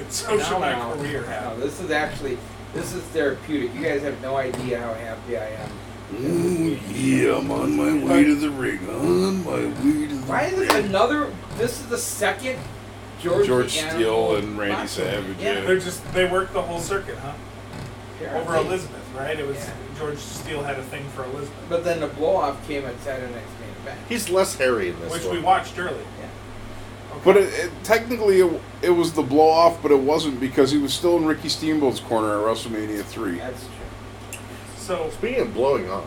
so should my
No, no.
career have.
No, this is actually this is therapeutic. You guys have no idea how happy I am.
ooh, yeah, I'm on my way to the ring. On my way to the
Why is it another? This is the second George,
George
the
Steele
Animal
and Randy
boxing.
Savage.
Yeah.
Yeah.
They're just they worked the whole circuit, huh? Over
Apparently.
Elizabeth, right? It was
Yeah.
George Steele had a thing for Elizabeth,
But then the blow off came at Saturday Night's Main Event.
He's less hairy in this
which
one.
we watched early.
Yeah.
But it, it, technically, it, it was the blow off, but it wasn't because he was still in Ricky Steamboat's corner at WrestleMania 3.
That's true.
So
Speaking of blowing off,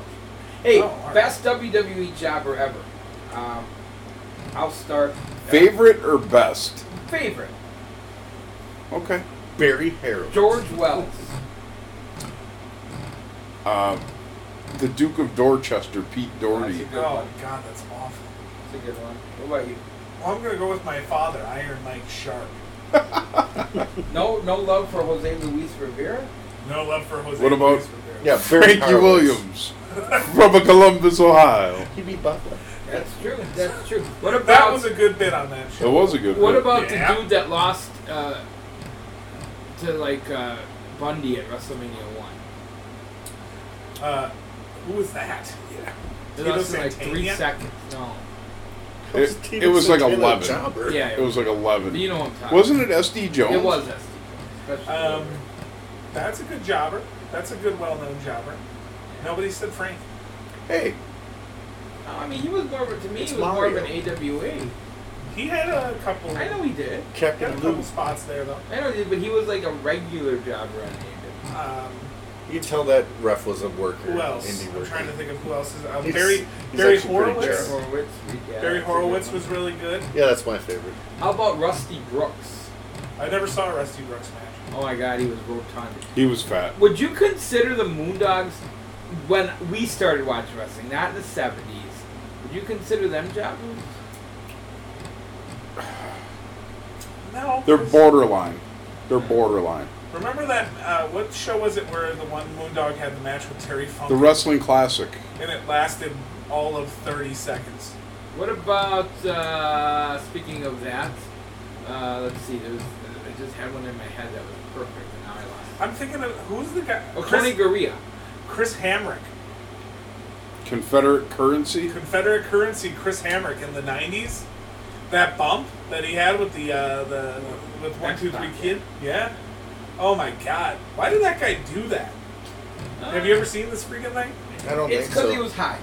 Hey,
Oh, all right.
best WWE jobber ever. Um, I'll start. Uh,
Favorite or best?
Favorite.
Okay.
Barry Harrell.
George Wells.
Um, the Duke of Dorchester, Pete
That's a
Doherty.
good
Oh
one.
God, that's awful.
That's a good one. What about you?
Well, I'm gonna go with my father, Iron Mike Sharp.
No, no love for Jose Luis Rivera.
No love for Jose.
What about-
Luis Rivera.
Yeah, Barry
Frankie
Harrell.
Williams from Columbus, Ohio.
He beat Butler.
That's true. That's true. What about
That was a good bit on that
It
show.
was a good
What
one.
about
Yeah.
the dude that lost uh, to like uh, Bundy at WrestleMania One?
Uh, who was that? Yeah.
It
Tito
lost in like three
Santana?
seconds. No.
It- it was like
Santana
11.
Jobber.
Yeah.
It was like
But
11.
you know what I'm talking.
Wasn't it SD Jones?
About. It was. SD. That's
Um, that's a good jobber. That's a good, well-known jobber. Nobody said Frank.
Hey,
No, I mean, he was more of a, to me,
It's
he was more of an
Mario.
AWA.
He had a couple.
I know he did.
Got a
Captain
couple
Lou.
spots there though.
I know he did, but he was like a regular jobber on AWA.
Um,
You can tell that ref was a worker.
who else?
Indie
I'm
worker.
trying to think of who else is. Um,
He's-
Barry
he's
Barry
actually pretty
Horowitz.
jobber.
Horowitz. yeah,
Barry
that's a good
Horowitz
one.
was really good.
Yeah, that's my favorite.
How about Rusty Brooks?
I never saw a Rusty Brooks match.
Oh my God, he was rotund.
he was fat.
Would you consider the Moondogs when we started watching wrestling, not in the seventies? Would you consider them jobbers?
No.
They're borderline. They're borderline.
Remember that? Uh, what show was it where the one Moondog had the match with Terry Funk?
The Wrestling Classic.
and it lasted all of 30 seconds.
What about uh, speaking of that? Uh, let's see. There's I just had one in my head that was perfect, and now I lost.
I'm thinking of who's the guy?
it. Oh,
Chris,
Tony Garea.
Chris Hamrick,
Confederate currency.
Confederate currency. Chris Hamrick in the 90s. That bump that he had with the uh, the with one two three kid. Yeah. Oh my God! Why did that guy do that? Have you ever seen this freaking thing?
I don't
It's
think
because
so.
he was high.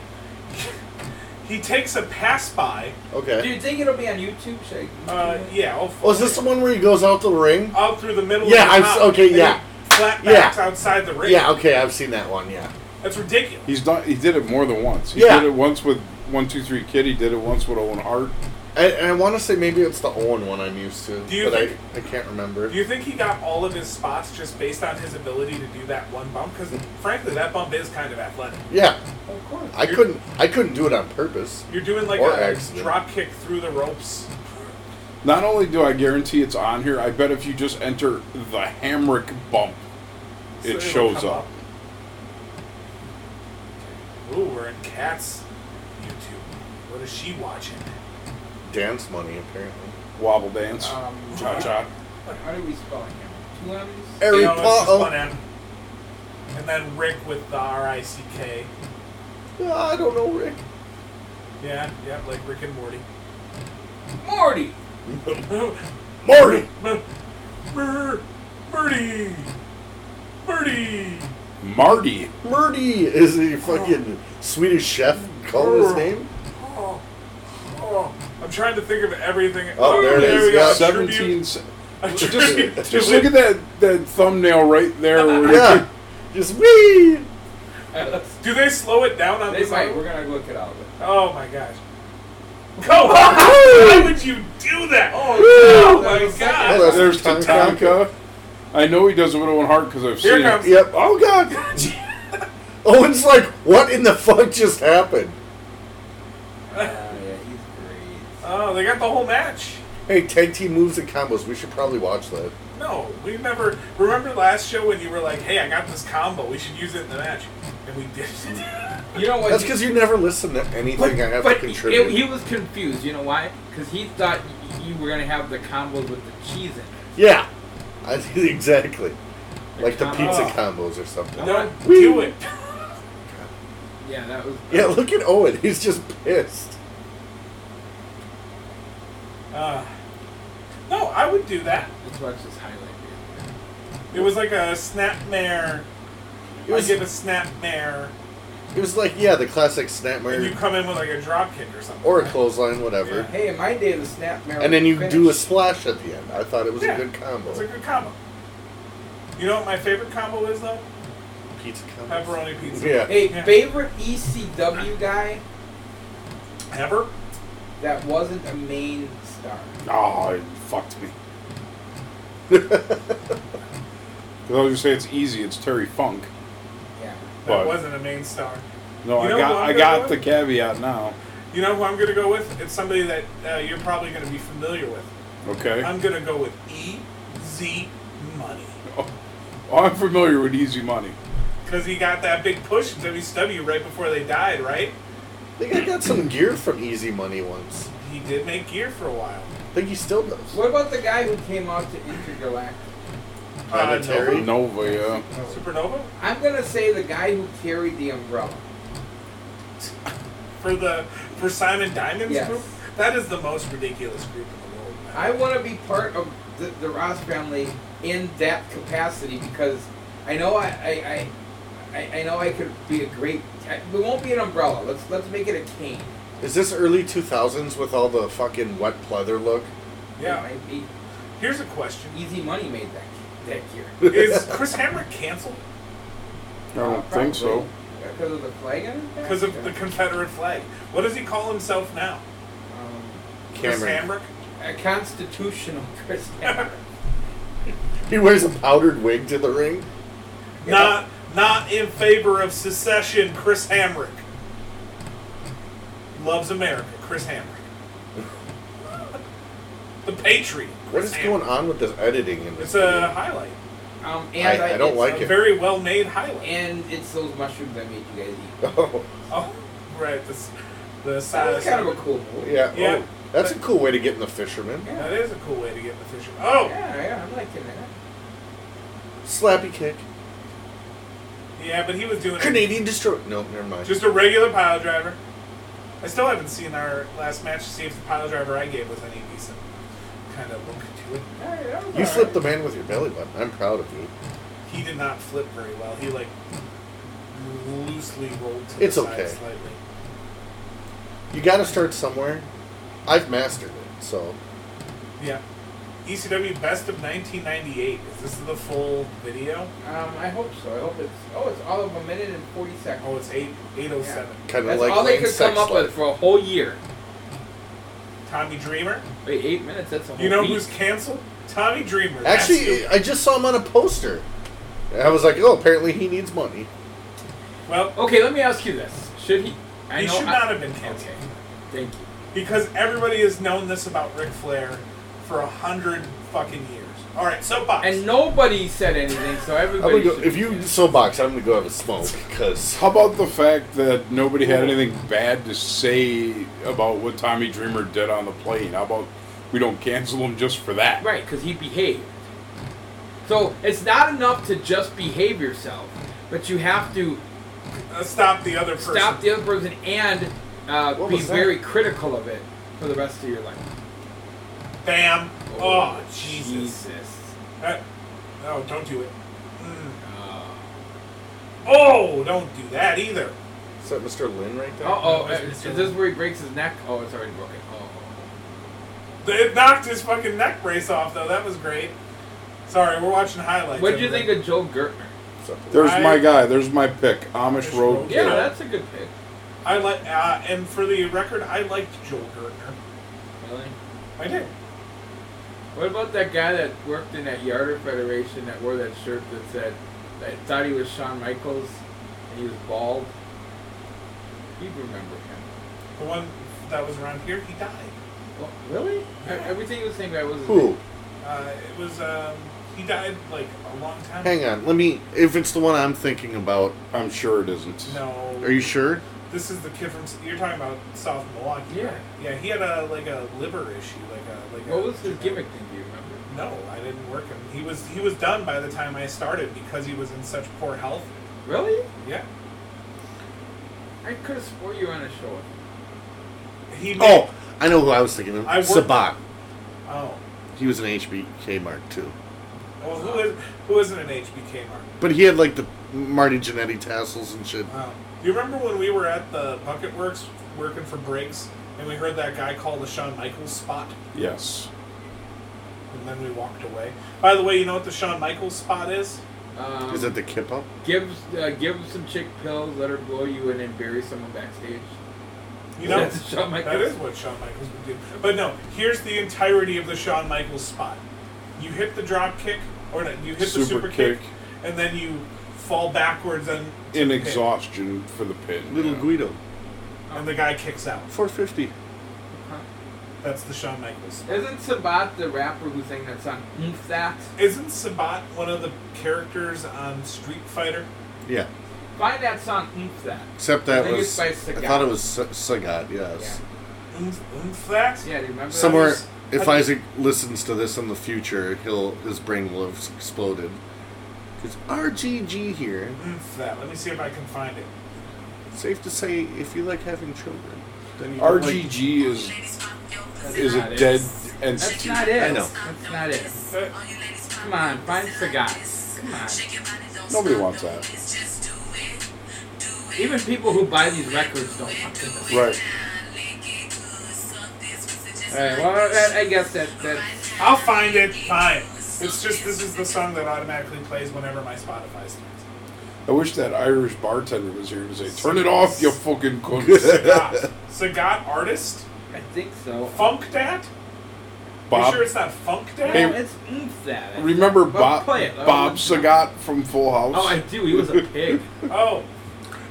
He takes a pass by.
okay.
Do you think it'll be on YouTube? Should I-
Uh, yeah. Oh,
Oh, is this the one where he goes out to the ring?
out through the middle?
Yeah,
of
I've
the
s-
top,
okay,
and
yeah.
he Flat
Yeah.
backs outside the ring.
Yeah, okay, I've seen that one, yeah.
That's ridiculous.
He's done. He did it more than once. He
Yeah.
did it once with one, two, three kid. He did it once with Owen Hart.
I, and I want to say maybe it's the Owen one I'm used to,
Do you
but
think-
I, I can't remember.
Do you think he got all of his spots just based on his ability to do that one bump? Because frankly, that bump is kind of athletic.
yeah,
Of course.
I couldn't I couldn't do it on purpose.
You're doing like
Or
a
accident.
drop kick through the ropes.
Not only do I guarantee it's on here, I bet if you just enter the Hamrick bump,
so
it
it'll
shows
come
up.
Ooh, we're in Cat's YouTube. What is she watching?
Dance money, apparently.
Wobble dance,
Um,
cha cha.
How do we spell him? Two M's.
Harry
You know, it's just
Potter.
one M. And then Rick with the R I C K.
Ah, I don't know, Rick.
Yeah, yeah, like Rick and Morty.
Morty.
Marty!
Mur- Murdy, Murdy.
Marty.
Murdy is the fucking Swedish chef. Call his name?
Oh, oh. I'm trying to think of everything.
Oh, there it is.
we go.
Yeah.
A
Seventeen.
tribute-
se-
a
Just,
tribute to
just look at that, that thumbnail right there. Where
Yeah. Just wee!
Do they slow it down on
They
this?
might.
album?
We're gonna look it up.
Oh my gosh. Go on! Why would you do that? Oh,
Woo!
my god.
Hello.
There's
Tatanka.
Tatanka. I know he does it with Owen Hart because I've
Here
seen
comes-
it.
Yep. Oh, God. Owen's like, what in the fuck just happened?
Uh, yeah, he's great.
Oh, they got the whole match.
Hey, tag team moves and combos. We should probably watch that.
No, we never. Remember last show when you were like, hey, I got this combo. We should use it in the match. And we didn't.
You know what?
That's because you never listen to anything I have to
But
contribute.
it- he was confused. You know why? Because he thought y- you were gonna have the combos with the cheese in it.
yeah, I exactly. Like the
combo.
pizza
Oh.
combos or something.
Don't
Whee!
do it.
Yeah, that was.
Yeah, look at Owen. He's just pissed.
Uh, no, I would do that.
Let's watch this highlight. Here.
It was like a snapmare.
It was-
I get a snapmare,
It was like, yeah, the classic
and you
snapmare
come in with like a drop kick or something.
or a clothesline, whatever.
Hey, in my day, the snap marrow.
And then you
was
do a
finished.
splash at the end. I thought it was
Yeah,
a good
It's a
combo.
good combo. You know what my favorite combo is though?
pizza comes.
Pepperoni pizza.
Yeah.
Hey,
Yeah.
favorite ECW guy
Ever?
that wasn't a main star?
Oh, it fucked me. Because I was gonna say it's easy. It's Terry Funk.
Yeah.
That
But-
wasn't a main star.
No,
You
I
know who
got
I'm
I
gonna
got
go
the
with?
caveat now.
You know who I'm going to go with? It's somebody that uh, you're probably going to be familiar with.
Okay.
I'm going to go with E Z Money
Oh, I'm familiar with Easy Money.
because he got that big push in WCW right before they died, right?
I think I got some gear from Easy Money once.
He did make gear for a while.
I think he still does.
What about the guy who came out to Intergalactic?
Planetary?
Nova?
Nova, yeah.
Supernova
I'm gonna say the guy who carried the umbrella.
for the for Simon Diamond's
Yes.
group. That is the most ridiculous group in the world. man.
I want to be part of the, the Ross family in that capacity because I know I I, I, I, I know I could be a great. I, it won't be an umbrella. Let's let's make it a cane.
Is this early 2000s with all the fucking wet pleather look?
Yeah.
It might be
Here's a question:
easy money made that that year.
Is Chris Hammer canceled
I don't think so.
Because of the flag on it?
because of the Confederate flag? What does he call himself now?
Um,
Chris
Cameron.
Hamrick?
a constitutional Um, Chris Hammer.
He wears a powdered wig to the ring.
Yeah.
Not not in favor of secession, Chris Hamrick. Loves America, Chris Hamrick. the Patriot.
What is going on with this editing in this?
It's a highlight.
Um, and
I-
I,
I don't
it's-
like
a
it.
very well made highlight.
And it's those mushrooms that made you guys eat.
Oh,
oh, right. This, the
That was
size.
kind of a cool movie.
yeah.
Yeah.
Oh, that's a cool way to get in the fisherman.
That is a cool way to get the fish. Oh,
Yeah, yeah, I'm liking that.
Slappy kick.
yeah, but he was doing it
Canadian destroyer. No, never mind.
just a regular pile driver. I still haven't seen our last match to see if the pile driver I gave was any decent kind of look to it.
Alright, that was
you
alright.
flipped the man with your belly button. I'm proud of you.
he did not flip very well. He like loosely rolled to
It's
the
okay.
side slightly.
You got to start somewhere. I've mastered it, so
Yeah. ECW Best of 1998. Is this the full video?
Um, I hope so. I hope it's. Oh, it's all of a minute and forty seconds.
Oh, it's eight eight oh seven.
kind of
That's
like
all they
Lane's
could come
sex
up with
life.
for a whole year.
Tommy Dreamer.
Wait, eight minutes. That's a whole.
You know
week.
who's canceled? Tommy Dreamer. That's
Actually, uh,
who-
I just saw him on a poster. I was like, oh, apparently he needs money.
well,
Okay, let me ask you this: Should he? I
he
know
should
I-
not have been canceled
Okay, thank you.
because everybody has known this about Ric Flair for a hundred fucking years. All right, soapbox.
And nobody said anything, so
I'm
everybody.
gonna go,
should
if
be
you
canceled.
soapbox, I'm gonna go have a smoke because
How about the fact that nobody had anything bad to say about what Tommy Dreamer did on the plane? How about we don't cancel him just for that?
Right, because he behaved. So it's not enough to just behave yourself, but you have to
Uh, stop the other person.
stop the other person and uh,
What
be
was that?
very critical of it for the rest of your life.
Bam. Oh, Jesus.
Jesus.
That, no, don't do it.
Uh
Oh, don't do that either.
is that Mr. Lin right there?
oh. Is this where he breaks his neck? Oh, it's already broken. Oh.
It knocked his fucking neck brace off, though. That was great. Sorry, we're watching highlights.
What do you think
everybody.
of Joel Gertner?
There's
I-
my guy. There's my pick. Amish
Amish
Road.
Road.
Yeah,
Kid.
Yeah.
that's a good pick.
I like, uh, and for the record, I liked Joel Gertner.
Really?
I did.
What about that guy that worked in that Yarder Federation that wore that shirt that said that thought he was Shawn Michaels and he was bald? You remember him?
The one that was around here, he died.
Well, really? I, E-, everything you was saying about was his
Who?
name.
Uh, it was, um, he died like a long time.
Hang on, let me. If it's the one I'm thinking about,
I'm sure it isn't.
No.
are you sure?
This is the kid from. You're talking about South Milwaukee.
Yeah.
right? Yeah. He had a like a liver issue, like a like.
What
a,
was his gimmick thing? Do you remember?
No, I didn't work him. He was he was done by the time I started because he was in such poor health.
Really?
Yeah.
I could have swore you were on a show. with him.
He. Made,
Oh, I know who I was thinking of.
I worked-
Sabat.
oh. Oh.
He was an HBK Mark too,
Well, who is who isn't an HBK mark?
but he had like the Marty Jannetty tassels and shit.
Uh-huh.
Wow. Do you remember when we were at the Bucket Works working for Briggs and we heard that guy call the Shawn Michaels spot
Yes.
and then we walked away? By the way, you know what the Shawn Michaels spot is?
Uh, Um,
Is it the kip up?
Give uh, give some chick pills, let her blow you, and then bury someone backstage.
You know,
That's Shawn Michaels.
that is what Shawn Michaels would do. But no, here's the entirety of the Shawn Michaels spot. You hit the drop kick, or no, you hit the
Super
super
kick.
kick, and then you fall backwards and to
in
the pin.
exhaustion for the pin.
Little
yeah.
Guido.
and the guy kicks out.
450.
That's the Shawn Michaels.
Isn't Sabat the rapper who sang that song? Oomph that.
Isn't Sabat one of the characters on Street Fighter?
Yeah.
Find that song. Oomph that.
Except
I
that
think
was. I
it's by Sagat.
thought it was Sa- Sagat, yes.
Oomph, oomph that?
Yeah, do you remember?
Somewhere,
that?
if Isaac listens to this in the future, he'll his brain will have exploded. It's RGG here.
Mm-hmm.
Oomph that. Let me see if I can find it.
Safe to say, if you like having children, then you don't like-
RGG is
That's
is
not
a
it.
dead
That's
entity.
not it.
I know.
That's not it.
Uh,
Come on, find Sagat. Come on.
Nobody wants that.
Even people who buy these records don't fucking know.
Right.
Alright, well, that, I guess that, that
I'll find it. Fine. It's just this is the song that automatically plays whenever my Spotify starts.
I wish that Irish bartender was here to say, "Turn it off, you fucking cunt."
Sagat. Sagat artist?
I think so.
Funk Dad? You
Bob,
sure it's not Funk Dad?
Hey,
Well, it's oomph that. I
remember
think. Well,
Bob
play it.
Bob Sagat from Full House?
Oh, I do. He was a pig.
Oh,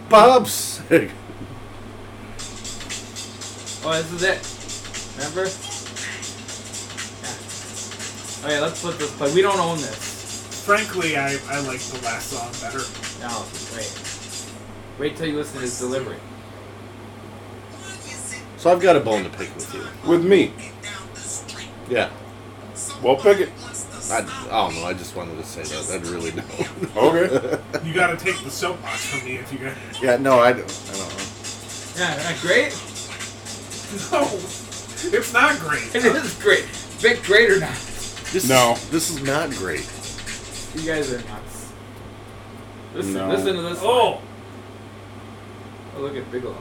Bob's sick.
Oh, this is it. Remember? Okay, let's put this play. We don't own this.
frankly, I, I like the last song better.
No, wait. Wait till you listen to his delivery.
So I've got a bone to pick with you.
with me.
Yeah.
Well, pick it.
I, I don't know. I just wanted to say that. I really don't.
Okay.
You gotta take the soapbox from me if you got.
yeah. No, I don't. I don't know.
Yeah, isn't that great?
No! It's not great.
It is great. Bit great or not.
This
No.
Is, this is not great.
You guys are nuts. Listen,
No.
listen to this.
Oh!
Oh, look at Bigelow.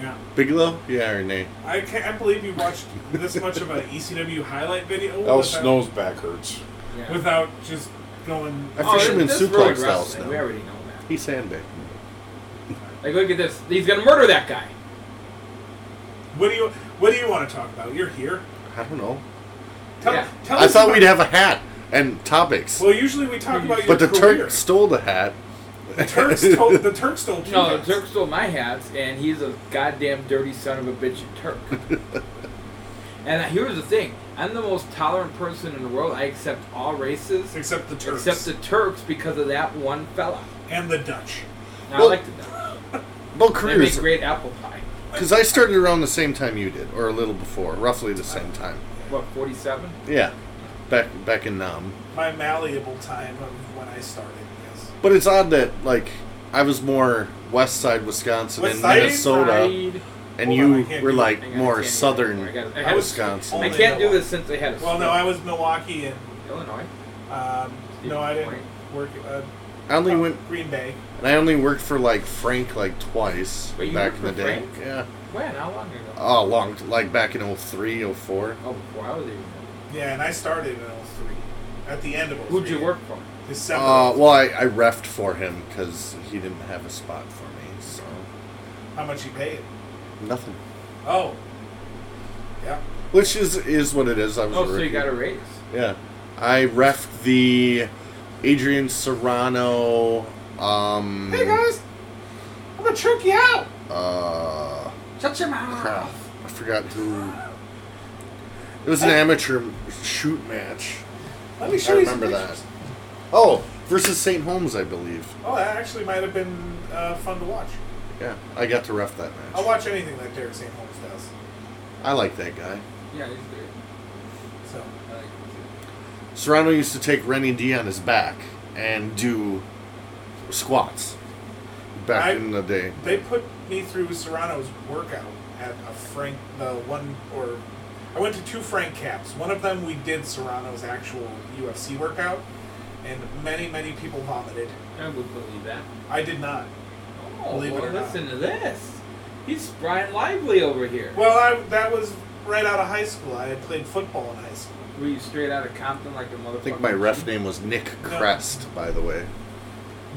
Yeah.
Bigelow? Yeah or nay?
I can't believe you watched this much of an ECW highlight video
El
without-
Snow's back hurts.
Yeah.
without just going.
I
oh,
fisherman
this, this road
suplex style
wrestling, We
snow.
already know that.
He sandbagged. me.
Like, look at this. He's gonna murder that guy.
What do you What do you want to talk about? You're here.
I don't know.
Tell,
Yeah.
tell
I
us
thought
about-
we'd have a hat and topics,
Well, usually we talk about your
but the
career.
Turk stole the hat.
the Turks stole the Turks stole two
No,
hats.
the Turk stole my hats, and he's a goddamn dirty son of a bitch Turk. and here's the thing: I'm the most tolerant person in the world. I accept all races
except the Turks
except the Turks because of that one fella.
and the Dutch.
Now,
Well,
I like the Dutch.
Well,
They make
careers,
great apple pie.
because I started around the same time you did, or a little before, roughly the same time.
What, 47?
Yeah, back back in um, Nam.
My malleable time of when I started. Yes.
But it's odd that like I was more West Side Wisconsin
West
and
Side?
Minnesota,
Side.
and
Hold
you
on, I can't
were
do-
like
hang on, I
more
can't even-
Southern
I gotta- I
had-
Wisconsin.
I can't do this since I had a
Well, no, I was Milwaukee and
Illinois.
um, no, I didn't work. Uh,
I only went
Green Bay.
and I only worked for like Frank like twice
Wait, you
back in
worked
the
for
day.
Frank?
Yeah.
When? How long ago?
Oh, long like back in 03, 04.
oh, before I was even.
Yeah, and I started in 03. At the end of 03.
Who'd you work for?
December.
Uh, well, I, I refed for him because he didn't have a spot for me, so
How much you paid?
nothing.
Oh. Yeah.
Which is is what it is. I was.
Oh,
a
so you
rookie.
got a raise.
Yeah. I refed the Adrian Serrano. Um,
Hey guys, I'm gonna choke you out.
Uh,
Shut your mouth.
crap. I forgot who. It was an amateur shoot match.
Let me
I
show you. some
remember that.
pictures.
Oh, versus St. Holmes, I believe.
Oh, that actually might have been uh, fun to watch.
Yeah, I got to ref that
I'll
Oh,
match.
watch anything that Derek St. Holmes does.
I like that guy.
Yeah, he's great.
So
I like him too.
Serrano used to take Rennie D on his back and do squats back
I-
in the day.
they put me through Serrano's workout at a Frank, the one or I went to two Frank caps. One of them we did Serrano's actual UFC workout, and many many people vomited.
I would believe that.
I did not.
Oh,
Believe it
well,
or not.
listen to this. He's Brian Lively over here.
Well, I, that was right out of high school. I had played football in high school.
Were you straight out of Compton like a motherfucker?
I think my ref name was Nick
No.
Crest, by the way.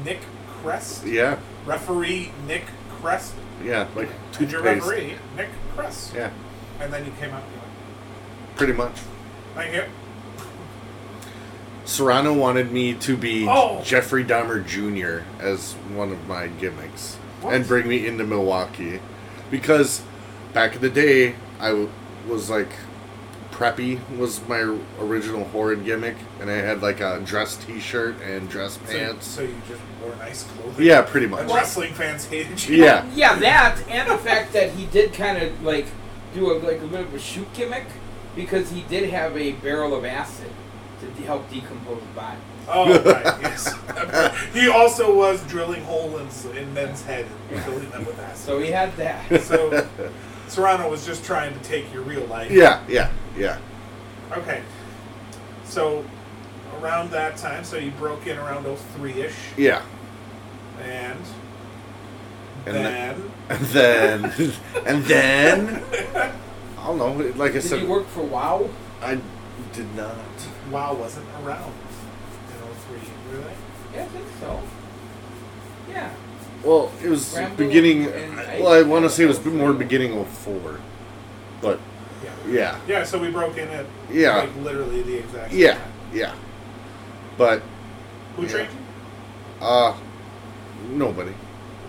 Nick Crest?
Yeah,
Referee Nick Crest?
yeah, like
And your
toothpaste.
referee, Nick Crest.
Yeah,
And then you came out and you went,
pretty much.
thank you.
Serrano wanted me to be
Oh.
Jeffrey Dahmer Jr. as one of my gimmicks
What?
and bring me into Milwaukee because back in the day I w- was like preppy was my original horrid gimmick and I had like a dress t-shirt and dress
So-
pants.
So, you just wore nice clothing.
yeah, pretty
And
much.
wrestling fans hated you.
Yeah.
Yeah, that and the fact that he did kind of like do a, like a bit of a shoot gimmick because he did have a barrel of acid to de- help decompose the body.
Oh, right, yes. he also was drilling holes in, in men's head and filling them with acid.
So he had that.
So Serrano was just trying to take your real life.
Yeah, yeah, yeah.
Okay. So around that time, so you broke in around 03 ish,
Yeah.
and,
And
then.
And then and then I don't know, like I
Did
said
he work for WoW?
I did not.
WoW wasn't around in 03, really?
Yeah, I think so. Yeah.
Well, it was
Rambo
beginning.
and I-
Well, I want to say it was more beginning of four, but
Yeah.
yeah,
Yeah, so we broke in at
Yeah.
like literally the exact same
yeah,
time.
yeah. But
Who
Yeah.
trained you?
uh, nobody.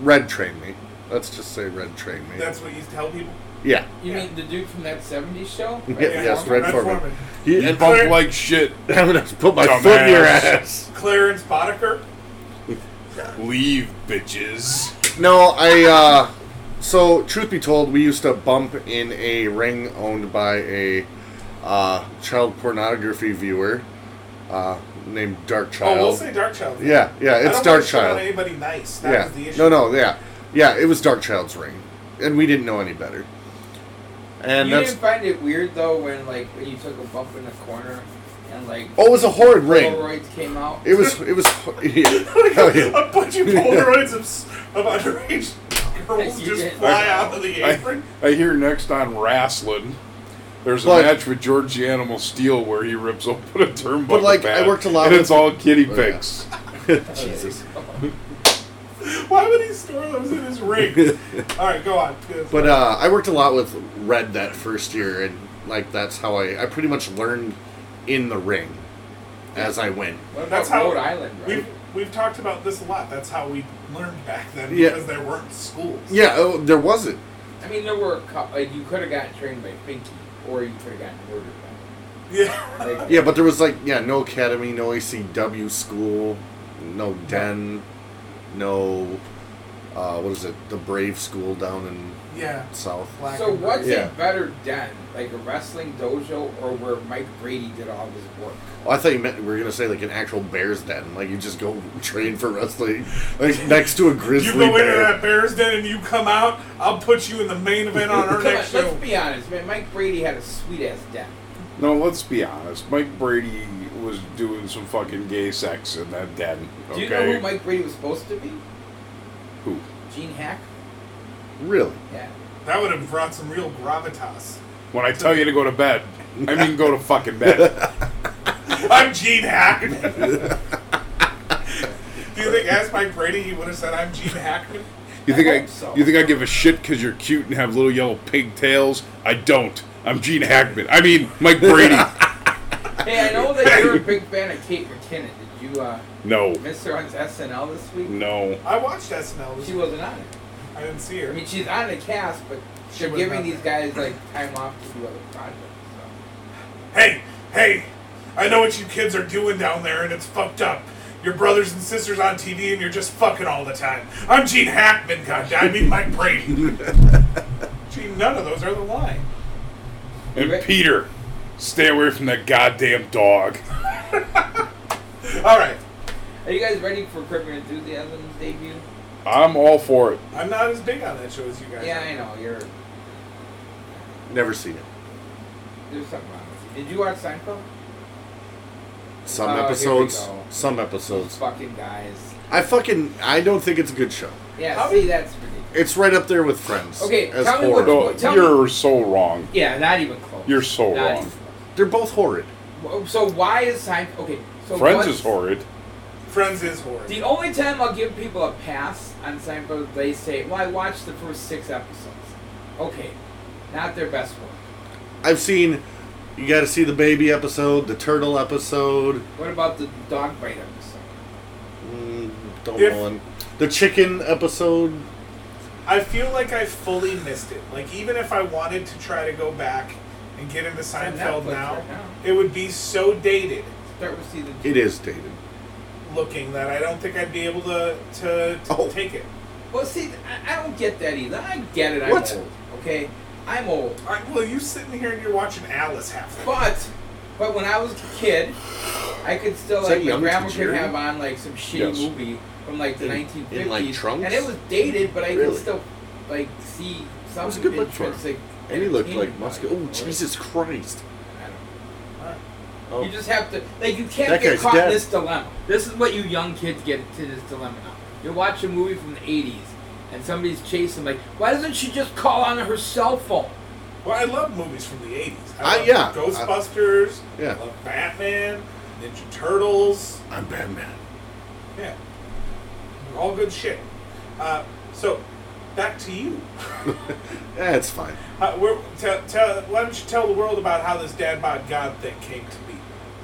Red trained me. Let's just say Red trained me.
That's what you tell people.
yeah.
You
Yeah.
mean the dude from that 70s show?
Yeah, yes, Red Foreman. He,
You
and
bump
Clarence-
like shit.
I'm gonna put my foot in your ass.
Dumbass.
Clarence Boddicker.
Leave, bitches.
No, I. uh... So, truth be told, we used to bump in a ring owned by a uh, child pornography viewer uh, named Dark
Oh,
Child.
we'll say Dark Child.
Yeah, yeah,
I
it's
don't
Dark
wish it on
Child.
Anybody nice? That
Yeah.
was the issue.
No, no, yeah. Yeah, it was Dark Child's ring. And we didn't know any better. And
you
that's
didn't find it weird though when like when you took a bump in the corner and like
Oh, it was a horrid ring.
Polaroids came out.
It was it was yeah. Hell Oh, yeah.
a bunch of Polaroids of, s- of underage girls
You
just
did.
fly out of the
I,
apron.
I hear next on wrestling. There's a
But-
match with George the Animal Steel where he rips open a turnbuckle.
But, like, I
pad,
worked a lot
and
with-
it's all guinea
Oh, yeah.
pigs.
Jesus.
Why would he store those in his ring? All right, go on.
But uh, I worked a lot with Red that first year and like that's how I I pretty much learned in the ring as I went.
What about
That's how-
Rhode Island, right?
we've we've talked about this a lot. That's how we learned back then
Yeah.
because there weren't schools.
Yeah, oh, there wasn't.
I mean, there were a couple. Like, you could have gotten trained by Finky, or you could have gotten murdered.
Yeah.
By him. like,
Yeah, but there was like yeah, no academy, no ACW school, no den, no uh, what is it? The Brave School down in
Yeah.
South.
Black
So
and
what's
Yeah.
a better den, like a wrestling dojo, or where Mike Brady did all his work?
Oh, I thought you meant we were gonna say like an actual bear's den, like you just go train for wrestling, like next to a grizzly
You go into
bear.
that Bears den and you come out, I'll put you in the main event on
Come
our
on,
next show.
let's be honest, man. Mike Brady had a sweet ass den.
No, let's be honest. Mike Brady was doing some fucking gay sex in that den. Okay.
Do you know who Mike Brady was supposed to be?
Who?
Gene Hack.
Really?
Yeah.
That would have brought some real gravitas.
When I tell you to go to bed, I mean go to fucking bed.
I'm Gene Hackman. Do you think, ask Mike Brady, he would have said, I'm Gene Hackman?
You think
I
I?
hope so.
You think I give a shit because you're cute and have little yellow pigtails? I don't. I'm Gene Hackman. I mean Mike Brady.
Hey, I know that you're a big fan of Kate McKinnon. Did you uh,
no,
miss her on SNL this week?
Mm.
no.
I watched SNL.
She
This
wasn't on it.
I didn't see
I
her.
mean, she's on the cast, but
She
they're
was
giving
not
these guys like time off to do other projects.
Hey, hey, I know what you kids are doing down there, and it's fucked up. Your brothers and sisters on TV, and you're just fucking all the time. I'm Gene Hackman, goddamn. I mean Mike Brady. Gee, none of those are the line.
And Peter, stay away from that goddamn dog.
All right,
So. Are you guys ready for Curb Your Enthusiasm's debut?
I'm all for it.
I'm not as big on that show as you guys.
Yeah,
are.
I know you're.
Never seen it.
There's something wrong. with you. Did you watch Seinfeld?
Some
Oh, here we
episodes.
go.
Some
Those
episodes.
fucking guys.
I fucking I don't think it's a good show.
Yeah,
How
see,
did-
that's ridiculous.
It's right up there with Friends.
Okay,
as
tell me what-
horrible.
No,
Tell me-
you're so wrong.
Yeah, not even close.
You're so
That-
wrong.
They're both horrid.
Wh- So why is Seinfeld okay? So
Friends
what-
is horrid.
Friends is horrid.
The only time I'll give people a pass on Seinfeld, they say, "Well, I watched the first six episodes." Okay, not their best work.
I've seen. You got to see the baby episode, the turtle episode.
What about the dog bite episode?
Mm, don't
If-
know one. The chicken episode.
I feel like I fully missed it. Like even if I wanted to try to go back and get into
on
Seinfeld
Netflix
now,
right now.
it would be so dated
Start with season two.
It is dated.
looking that I don't think I'd be able to to, to
Oh.
take it.
Well, see, I, I don't get that either. I get it. I'm
What?
old. Okay, I'm old.
All right, well, you sitting here and you're watching Alice half the
But, but when I was a kid, I could still
Is that
like my
young
grandma could
Tajiri?
have on like some shitty
Yes.
movie from like the
In-
1950s,
in, like, trunks?
and it was dated, but I
Really?
could still like see some.
was a good look for him.
intrinsic
And he looked like
entertainment
Muska.
value
Oh,
for it.
Jesus Christ.
I don't know.
Oh.
You just have to like you can't
That
get
guy's
caught
dead.
in this dilemma. This is what you young kids get to this dilemma now. You watch a movie from the '80s, and somebody's chasing like, why doesn't she just call on her cell phone?
Well, I love movies from the '80s.
I-
love
yeah.
Ghostbusters.
I- yeah.
I love Batman, Ninja Turtles.
I'm Batman.
Yeah, all good shit. Uh, so, back to you.
That's fine.
Uh, we're, tell, tell, why don't you tell the world about how this dad bod god thing came to be?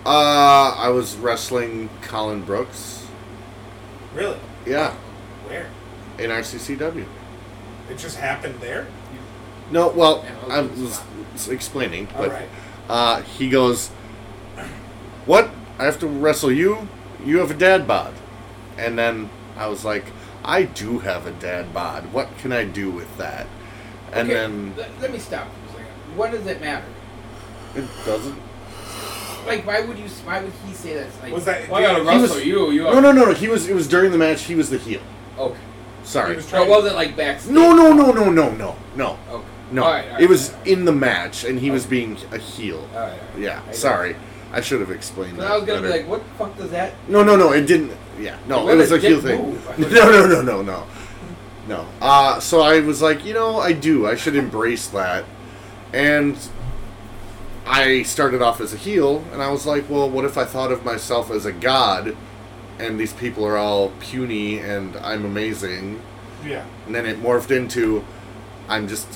Uh, I was wrestling Colin Brooks.
Really?
Yeah,
Where?
in RCCW.
It just happened there.
No, well,
Yeah,
I
okay.
was explaining,
All
but
right.
uh, he goes, "What? I have to wrestle you? You have a dad bod." And then I was like, "I do have a dad bod. What can I do with that?" And
Okay,
then
let- let me stop for a second. What does it matter?
it doesn't.
Like, why would you? Why would he say that? Like,
Was that-
Well, I gotta
he
wrestle
was-
you. You
No, no, no, no. He was. It was during the match. He was the heel.
Okay.
Sorry.
He was
So it wasn't like backstage.
No, no, no, no, no, no, no.
Okay.
No,
All right, all right,
it was
all right.
in the match, and he was being a heel.
All right, all right.
Yeah,
I
sorry, I should have explained
Because
that.
I was gonna
better.
be like, what the fuck does that?
no, no, no, it didn't. Yeah, no,
What
it was
a
a heel
dick
thing.
move.
No, no, no, no, no, no. Uh, so I was like, you know, I do. I should embrace that, and I started off as a heel, and I was like, well, what if I thought of myself as a god, and these people are all puny, and I'm amazing,
Yeah.
and then it morphed into, I'm just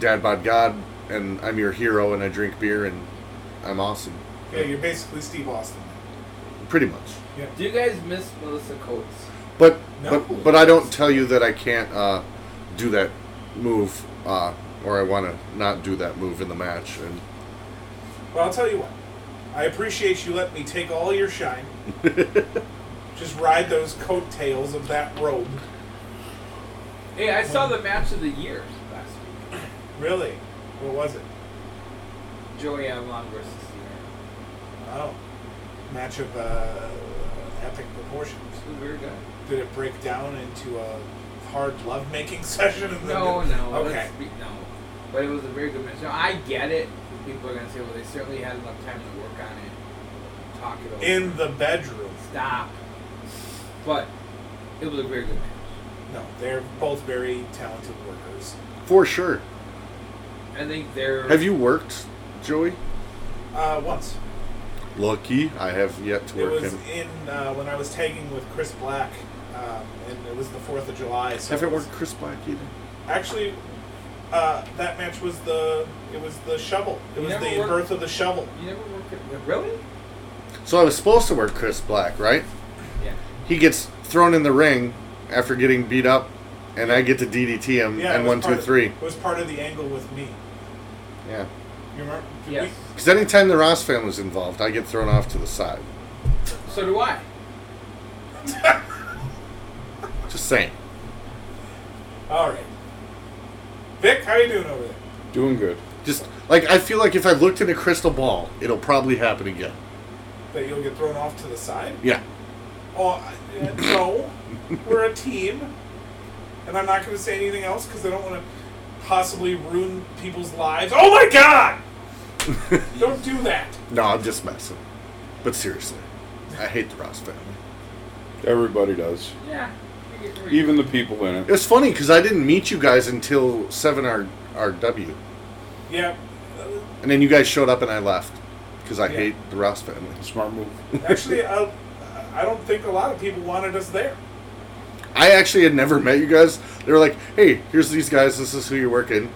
dad bod god, and I'm your hero, and I drink beer, and I'm awesome.
Yeah. You're basically Steve Austin.
Pretty much.
Yeah.
Do you guys miss Melissa Coates?
But
No.
but but I don't tell you that I can't uh, do that move, uh, or I want to not do that move in the match. And
Well, I'll tell you what. I appreciate you letting me take all your shine. just ride those coattails of that robe.
Hey, I saw the match of the year last week.
Really? What was it?
Joey Avalon versus Cena.
Oh, match of uh, epic proportions.
It was very good.
Did it break down into a hard lovemaking session? And then
No, no,
Okay.
let's be, no. But it was a very good match. Now, I get it. People are gonna say, well, they certainly had enough time to work on it, talk it over,
In the bedroom.
stop. But it was a very good match.
No, they're both very talented workers.
for sure,
I think they're.
have you worked, Joey?
Uh, once
Lucky, I have yet to
it
work
was
him.
in uh, when I was tagging with Chris Black, um, and it was the Fourth of July. So
Haven't
it was-
worked Chris Black either.
Actually, uh, that match was the it was the shovel. It
You
was
never
the
worked-
birth of the shovel.
You never worked at really?
So I was supposed to work Chris Black, right?
Yeah.
He gets thrown in the ring after getting beat up, and I get to DDT him
Yeah, it
and
was
one, two,
part of-
three.
It was part of the angle with me.
Yeah.
You remember? did
Yes.
Because anytime the Ross fan was involved, I get thrown off to the side.
So do I.
Just saying.
we- all right. Vic, how you doing over there?
Doing good.
Just like I feel like if I looked in a crystal ball, it'll probably happen again.
That you'll get thrown off to the side?
Yeah.
Oh, I- uh, no. We're a team. And I'm not going to say anything else because I don't want to possibly ruin people's lives. Oh my god! don't do that.
No, I'm just messing. But seriously, I hate the Ross family.
Everybody does.
Yeah.
Even the people in
It
it.
was funny because I didn't meet you guys until seven R RW.
Yeah. uh,
And then you guys showed up and I left because I
Yeah.
hate the Ross family. Smart move.
Actually, I, I don't think a lot of people wanted us there.
I actually had never met you guys. They were like, "Hey, here's these guys. This is who you're working.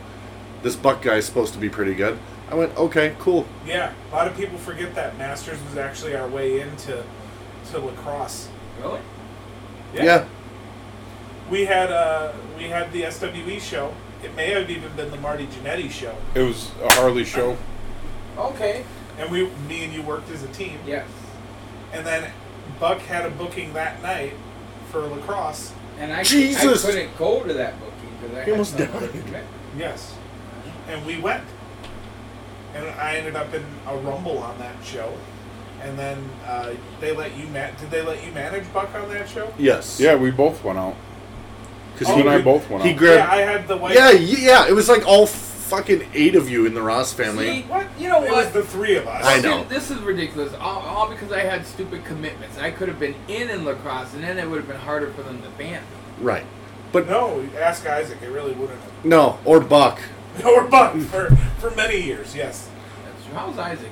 This Buck guy's supposed to be pretty good." I went, "Okay, cool."
Yeah, a lot of people forget that Masters was actually our way into to lacrosse.
Really?
Yeah. We had uh, we had the SWE show. It may have even been the Marty Jannetty show.
It was a Harley show.
Okay. And we, me and you worked as a team.
Yes.
And then Buck had a booking that night for lacrosse.
And I,
Jesus.
I couldn't go to that booking because I had
He almost
some other
died.
commitment.
Yes. And we went. And I ended up in a rumble on that show. And then uh, they let you man. Did they let you manage Buck on that show?
Yes.
Yeah, Oh, we both went out.
Because
you and I both went
he
out.
Yeah,
grabbed.
I had the white.
Yeah, y- yeah. It was like all fucking eight of you in the Ross family.
See, You know
It was
what?
the three of us.
I know.
This is ridiculous. All, all because I had stupid commitments. I could have been in in lacrosse, and then it would have been harder for them to ban me.
Right.
But no, ask Isaac. It really wouldn't. have.
No, or Buck.
Or Buck for for many years. Yes.
That's- How's Isaac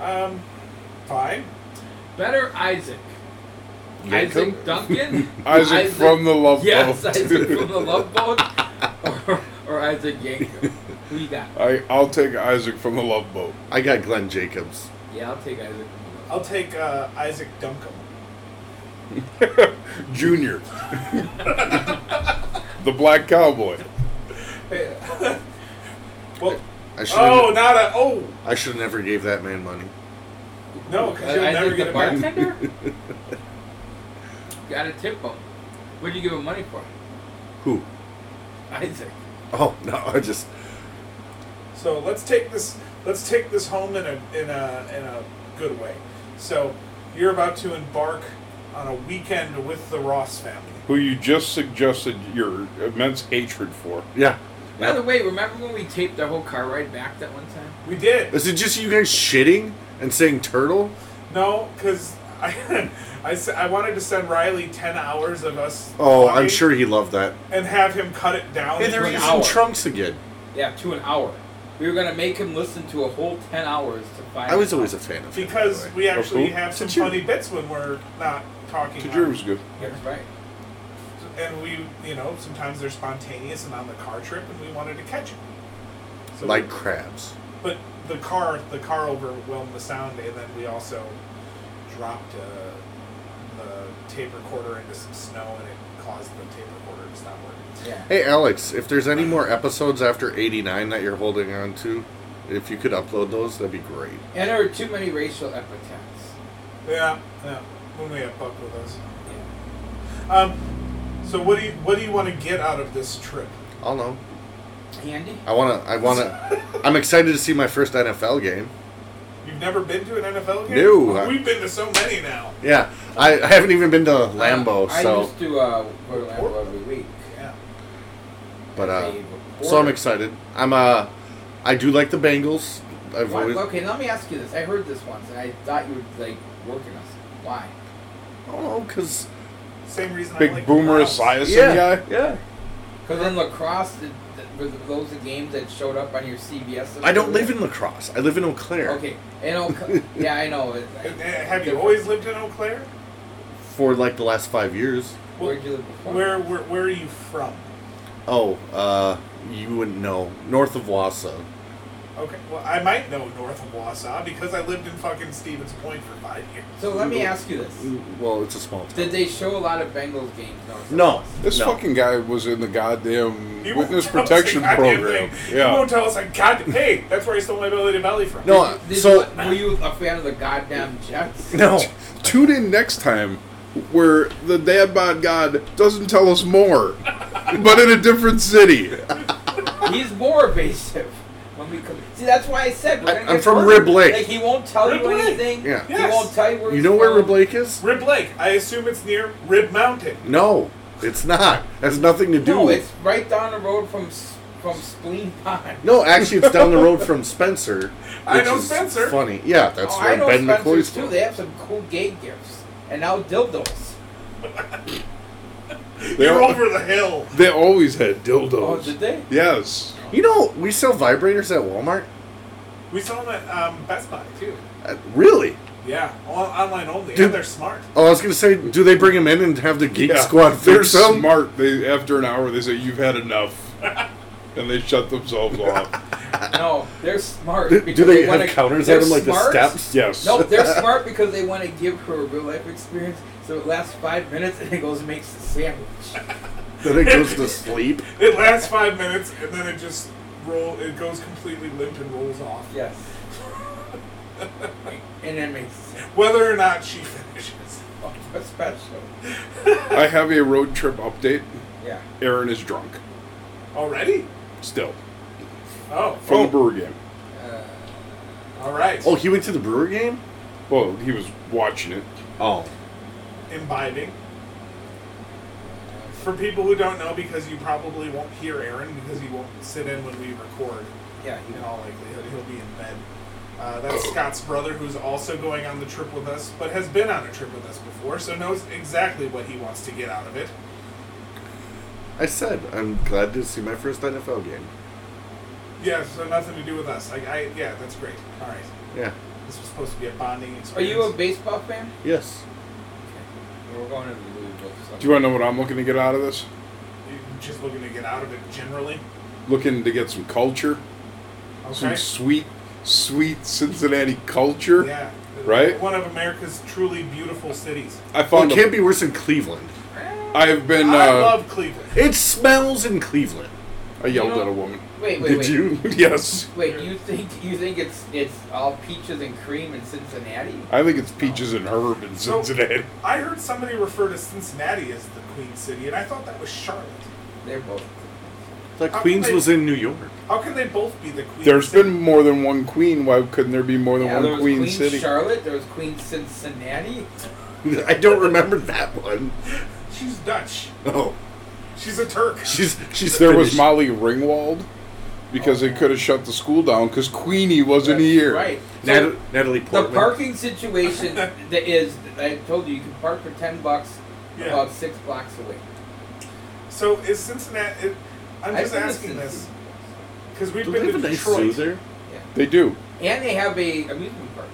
anyway?
Um, fine.
Better Isaac.
Yankum?
Isaac Duncan?
Isaac from the Love
yes,
Boat.
Isaac from the Love Boat? Or, or Isaac Yankum? Who you got?
I I'll take Isaac from the Love Boat.
I got Glenn Jacobs.
Yeah, I'll take Isaac from the Love
I'll take uh, Isaac Duncan.
Junior. the Black Cowboy.
well,
I should.
oh, not a oh
I should have never gave that man money.
no,
Boat.
because you'll
Isaac
never get
the
it back.
bartender? got a tip him. What'd you give him money for?
Who?
Isaac.
Oh no, I just.
So let's take this. Let's take this home in a in a in a good way. So you're about to embark on a weekend with the Ross family.
Who you just suggested your immense hatred for.
Yeah.
By the way, remember when we taped our whole car ride back that one time?
We did
Is it just you guys shitting and saying turtle?
no, because I, I s- I wanted to send Riley ten hours of us.
Oh, I'm
talking
sure he loved that.
And have him cut it down.
Hey, there
to
he
an
is
hour.
in
hour.
trunks again.
Yeah, to an hour. We were gonna make him listen to a whole ten hours to find.
I was
out.
always a fan of him. by
because
the way.
we actually
cool.
have some
Did you-
funny bits when we're not talking.
Did
on-
yours good?
That's right.
And we, you know, sometimes they're spontaneous and on the car trip, and we wanted to catch them. So
like crabs.
But the car, the car overwhelmed the sound, and then we also dropped uh, the tape recorder into some snow, and it caused the tape recorder to stop working.
Yeah.
Hey Alex, if there's any more episodes after 89 that you're holding on to, if you could upload those, that'd be great.
And there were too many racial epithets.
Yeah, yeah. When we have Buck with us. Um, so what do you what do you want to get out of this trip?
I don't know.
Andy.
I wanna. I wanna. I'm excited to see my first NFL game.
You've never been to an NFL game?
No.
We've been to so many now.
Yeah, I, I haven't even been to Lambo,
I
so
used to uh, go to Lambo every week.
Yeah.
but uh,
They were
so I'm
poor.
excited. I'm uh, I do like the Bengals. I've
Why-
always
okay, let me ask you this. I heard this once, and I thought you were like working us. Why?
I don't know because
Same reason I
Big
like
Boomer
Browns.
Esiason
Yeah.
guy? Yeah.
Because in lacrosse, did, th- were those the games that showed up on your CBS?
I don't live in Lacrosse. I live in Eau Claire.
Okay, and Oka- yeah, I know. It,
Uh, Have you always lived in Eau Claire?
For like the last five years.
Where'd you live before?
Where where, where are you from?
Oh, uh, you wouldn't know. North of Wausau.
Okay, well, I might know north of Wausau because I lived in fucking Stevens Point for five years.
So let me ask you this:
Well, it's a small town.
Did they show a lot of Bengals games? though?
No.
This
no.
fucking guy was in the goddamn
He won't
witness
tell us
protection
a goddamn
program.
thing. He
Yeah.
won't tell us a goddamn. Hey, that's where I stole my belly to belly from.
No, uh,
Did
so
you, were you a fan of the goddamn Jets?
no.
Tune in next time where the dad bod god doesn't tell us more, but in a different city.
He's more evasive. When we come, see, that's why I said we're
I-
gonna
I'm
get
from
further.
Rib Lake.
Like he won't tell
Rib
you
Lake.
anything.
Yeah.
He
Yes.
won't tell you where.
You
he's
know where
from.
Rib Lake is?
Rib Lake. I assume it's near Rib Mountain.
No, it's not. Has nothing to do
No,
with.
it's right down the road from S- from Spleen Pond.
No, actually, it's down the road from Spencer.
I
which
know
is
Spencer.
Funny, yeah, that's
oh, I
where
know
Ben
Spencer's
McCoy's
too.
from.
They have some cool gay gifts and now dildos.
They,
You're
al-
over the hill.
they always had
Oh,
dildos.
did they?
Yes.
You know, we sell vibrators at Walmart.
We saw them at um, Best Buy too.
Uh, really?
Yeah, all, online only.
Dude.
and they're smart.
Oh, I was gonna say, do they bring him in and have the Geek Squad
They're
fix him?
smart. They after an hour they say you've had enough, and they shut themselves off.
No, they're smart.
Do- do
because
they
wanna-
have counters
they're
at 'em, like the
smart.
steps? Yes.
No, they're smart because they want to give her a real life experience, so it lasts five minutes and it goes and makes a sandwich.
Then it goes to sleep.
It lasts five minutes and then it just roll. It goes completely limp and rolls off.
Yes. and then makes a sandwich.
Whether or not she finishes.
Oh, that's special.
I have a road trip update.
Yeah.
Aaron is drunk
Already?
still
Oh.
from the Brewer game.
Uh,
All right.
Oh, he went to the Brewer game.
Well, he was watching it.
Oh,
Imbibing. For people who don't know, because you probably won't hear Aaron because he won't sit in when we record.
yeah. You
In
know.
all likelihood, he'll be in bed. Uh,
Oh.
that's Scott's brother, who's also going on the trip with us, but has been on a trip with us before, so knows exactly what he wants to get out of it.
I said I'm glad to see my first NFL game.
Yeah, so nothing to do with us. Like I, yeah, that's great. All right,
Yeah.
this was supposed to be a bonding
Are
experience.
you a baseball fan?
Yes.
We're going to Louisville. so-
Do you want to know what I'm looking to get out of this?
You're just looking to get out of it generally?
Looking to get some culture, some
Okay.
sweet, sweet Cincinnati culture.
Yeah.
Right?
One of America's truly beautiful cities.
I
Well,
found.
it
a-
can't be worse than Cleveland.
I have been.
I
uh,
love Cleveland.
It smells in Cleveland.
I yelled
You know-
at a woman.
Wait, wait,
Did
wait.
you?
Yes.
Wait, you think you think it's it's all peaches and cream in Cincinnati?
I think it's peaches and herb in
So-
Cincinnati.
I heard somebody refer to Cincinnati as the Queen City, and I thought that was Charlotte.
They're both.
Like
How can
Queens
they-
was in New York.
How can they both be the Queen
There's
City?
been more than one queen. Why couldn't there be more than
Yeah, there
one
was
queen,
Queen,
city?
Charlotte. There was Queen Cincinnati.
I don't remember that one.
She's Dutch.
Oh,
She's a Turk.
she's she's
There was
finished.
Molly Ringwald because they could have shut the school down because Queenie wasn't
Oh. That's
here.
Right. So
Nat- Natalie
the
Portman.
parking situation that is, I told you, you can park for ten bucks
Yeah.
about six blocks away.
So is Cincinnati? It, I'm
I've
just
been to
asking this
Cincinnati.
because we've
Do
been
they have
to
a nice
Detroit.
zoo there?
They do.
And they have a amusement park.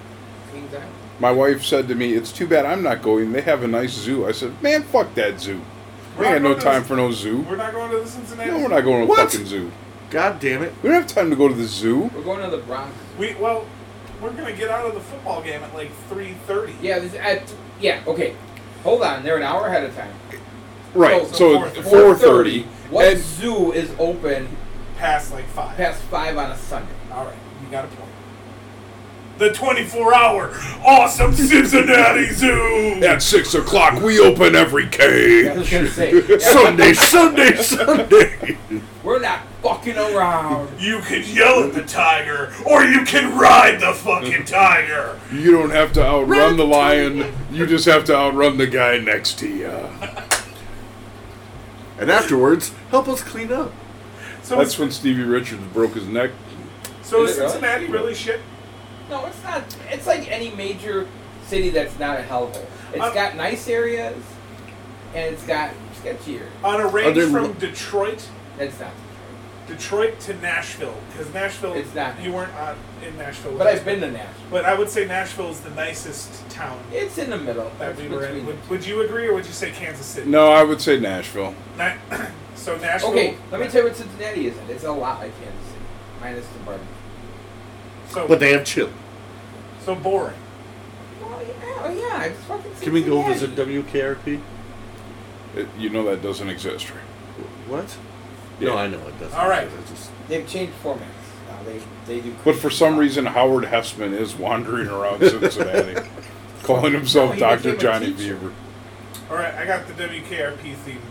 Queen's Island.
My wife said to me, "It's too bad I'm not going. They have a nice zoo." I said, "Man, fuck that zoo. We
We're
ain't
not
no
going to
time
the-
for no zoo.
We're not going to the Cincinnati.
No, we're not going to a
What?
fucking zoo.
God damn it!
We don't have time to go to the zoo.
We're going to the Bronx.
We well, we're gonna get out of the football game at like three thirty.
Yeah, this, at, yeah. Okay, hold on. They're an hour ahead of time.
Right.
so
So,
four-
four thirty.
What
and
zoo is open
Past like five.
past five on a Sunday?
All right, you got a point. The twenty-four hour awesome Cincinnati Zoo.
at six o'clock we open every
I was gonna
cage.
say, yeah,
Sunday, Sunday, Sunday.
we're not fucking around.
You can yell at the tiger, or you can ride the fucking tiger.
You don't have to outrun the lion. You just have to outrun the guy next to you.
And afterwards, help us clean up.
So
That's
is,
when Stevie Richards broke his neck.
so is
Is it really?
Cincinnati really shit?
No, it's not. It's like any major city that's not a hellhole. It's
Uh,
got nice areas, and it's got sketchier.
On a range
there
from
lo-
Detroit,
That's not.
Detroit to Nashville, because Nashville.
It's not.
You weren't on, in Nashville.
But I've been to Nashville.
But I would say Nashville is the nicest town
It's in the middle.
that
It's
we were in.
between-
Would, would you agree, or would you say Kansas City?
No, I would say Nashville.
Na- so Nashville. uh,
Okay, let me tell you what Cincinnati is. It's a lot like Kansas City, minus the barbecue.
So,
But they have chill.
so boring.
Oh yeah, oh yeah, it's fucking.
Can we go
Cincinnati.
visit WKRP?
It- you know that doesn't exist. right?
What?
Yeah.
No, I know it doesn't.
All right.
I just-
They've changed formats. Now they they do.
But for some reason, Howard Hessman is wandering around Cincinnati, calling himself
No, he
Dr.
became a
Johnny
teacher.
Beaver.
All right, I got the WKRP theme.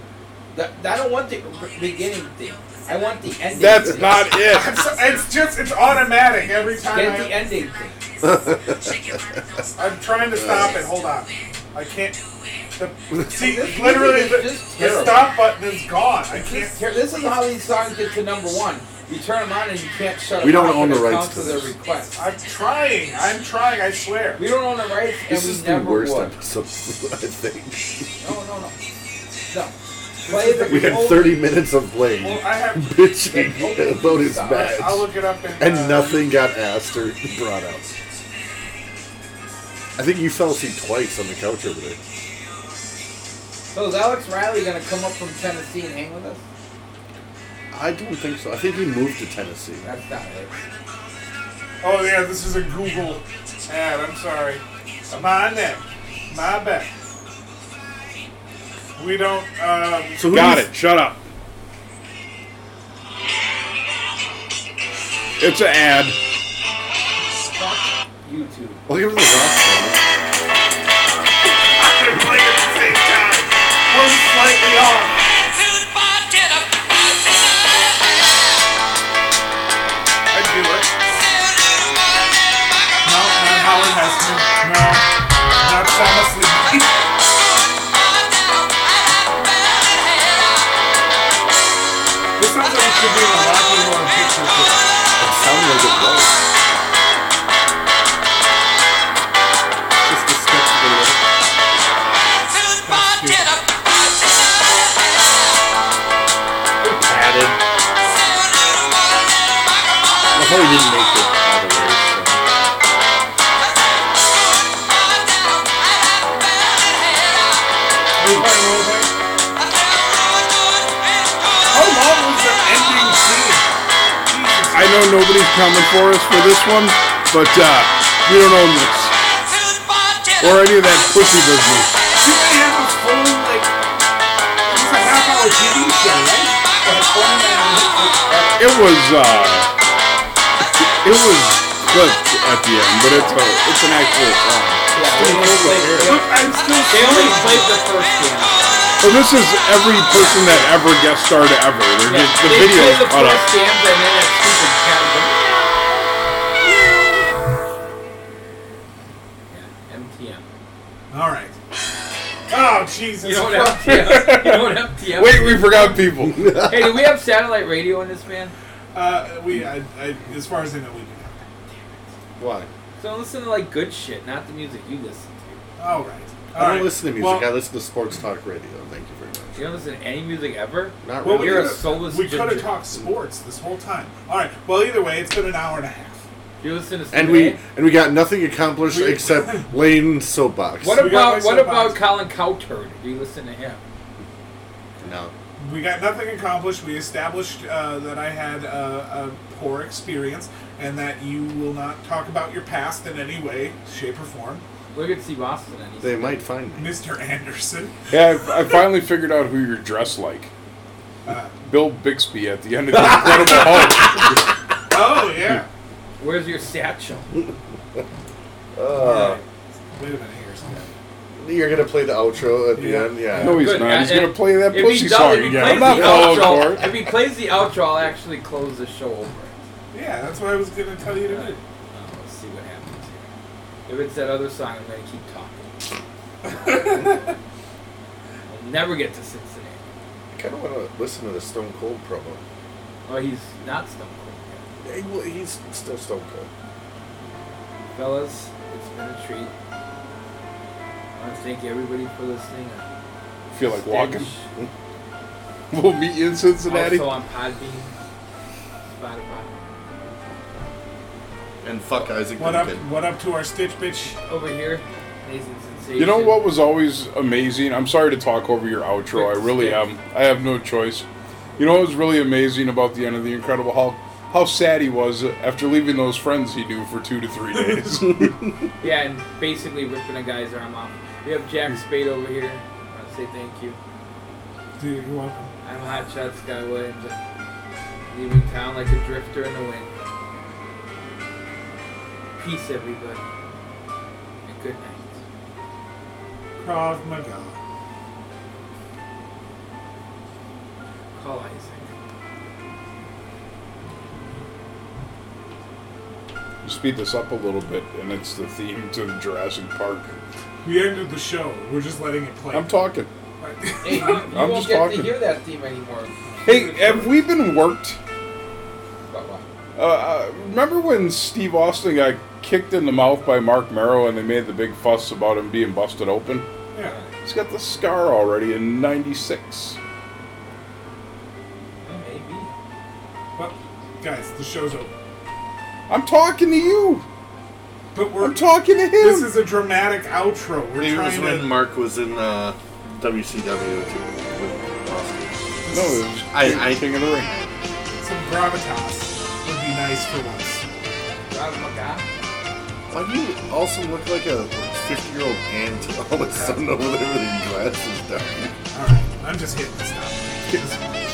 Th- I don't want the beginning thing. I want the ending.
That's
thing.
not
I'm
it.
so- it's just it's automatic every time.
Get the
I,
ending. thing.
I'm trying to
Uh,
stop it. Hold on. I can't. The, see,
This
literally,
music
the,
is just
the
terrible.
stop button is gone. I can't.
Here, this is how these songs get to number one. You turn them on and you can't shut them
We don't
off
own
and
the
it
rights
counts
to
as a
this.
request.
I'm trying. I'm trying. I swear.
We don't own the rights, and
This
we
is the
never
worst
would.
episode, I think.
No, no, no, no. Play the
We had
whole-
30 minutes of Blade
Well, I have-
bitching about his
I'll-
match.
I'll look it up and, uh,
nothing got asked or brought up. I think you fell asleep twice on the couch over there.
So is Alex Riley gonna come up from Tennessee and hang with us?
I don't think so. I think he moved to Tennessee.
That's not it.
Oh yeah, this is a Google ad. I'm sorry. My neck, my back. We don't. Um,
So who
Got
do you-
it. Shut up. It's an ad.
Fuck YouTube.
Look at the roster.
I do it. No, not Howard Hessman. No, not Thomas Lee. This sounds like it should be in a Rocky Horror Picture Show.
It sounded like it was. Just the steps of the lift. They're padded. I hope he didn't make it all the way. So.
Who's playing role play? How long was the ending scene? Jesus.
I know nobody's coming for us for this one, but uh, we don't own this. Or any of that pussy business.
You may have a full, like, it was a half hour TV show, right? That had 20 minutes.
It was, uh, it was clipped at the end, but it's a, it's an actual song.
Yeah, they only played, they
Look,
only-
I'm still
they only played the first game.
So this is every person that ever guest starred ever. They're
Yeah,
just, the
they
video
played the
cut up.
first game and then that stupid category. Yeah, MTM.
All right.
Oh, Jesus
You know what
Christ.
MTM? You know what MTM?
Wait, we forgot people.
Hey, do we have satellite radio in this man?
Uh, we, I, I, as far as I know, we do
Why?
So listen to like good shit, not the music you listen
not. All right. All
I don't
right.
listen to music.
Well,
I listen to sports talk radio. Thank you very much.
to. You don't listen to any music ever.
Not
well, we
really.
You're a
could've-
soulless
We could have
ginger.
talked sports this whole time. All right. Well, either way, it's been an hour and a half.
You listen to.
and
Steve
we
A?
and we got nothing accomplished
We-
except Lane's soapbox.
What
So we got
about what about Colin
myself
Cowherd? Do you listen to him?
No.
We got nothing accomplished. We established uh, that I had a, a poor experience and that you will not talk about your past in any way, shape, or form.
Look at Steve Austin. And he's
They might find me.
Mr. Anderson.
Yeah, I, I finally figured out who you're dressed like.
Uh,
Bill Bixby at the end of The Incredible Hulk.
oh, yeah.
Where's your satchel?
Uh,
Wait a minute here. Stan.
you're gonna play the outro at the
Yeah.
end, yeah.
No, he's
Good,
not. He's
uh,
going to play that
If
pussy
he, does,
song
if, he
again.
plays
I'm not
the
falling for
outro,
it.
if he plays the outro, I'll actually close the show over. it.
Yeah, that's what I was going to tell you to do.
Uh, let's see what happens here. If it's that other song, I'm gonna keep talking. I'll never get to Cincinnati.
I kind of want to listen to the Stone Cold promo.
Oh, he's not Stone Cold.
Hey, well, he's still Stone Cold.
yet. Fellas, it's been a treat. I want to thank everybody for listening.
feel like walking.
Stench.
We'll meet you in Cincinnati.
Also on Podbean, Spotify.
And fuck Isaac
What up? What up to our Stitch Bitch?
Over here, amazing sensation.
You know what was always amazing? I'm sorry to talk over your outro. I really am. I have no choice. You know what was really amazing about the end of The Incredible Hulk? How sad he was after leaving those friends he knew for two to three days.
Yeah, and basically ripping a guy's arm off. We have
Hmm.
Jack Spade over here. I want to say thank you.
Dude, you're welcome.
I'm Hot Shot Scott Williams. I'm leaving town like a drifter in the wind. Peace, everybody, and good night.
Krav Maga.
Call Isaac.
Speed this up a little bit, and it's the theme to Jurassic Park.
We ended the show. We're just letting it play.
I'm talking.
Hey, you, you won't
just
get
talking.
to hear that theme anymore.
Hey, have we been worked?
What, what?
Uh, uh, remember when Steve Austin got kicked in the mouth by Mark Merrow and they made the big fuss about him being busted open?
yeah.
He's got the scar already in 96.
guys, the show's over.
I'm talking to you.
But we're
I'm talking to him.
This is a dramatic outro. We're
Maybe it was
trying
when
to.
Mark was in uh, WCW too. with Austin.
No, it was
I- I-
King of the Ring.
Some gravitas would be nice for once.
Rob McGough.
Why do you also look like a 50 year old aunt all of a sudden over there with your glasses down?
All right, I'm just hitting this now.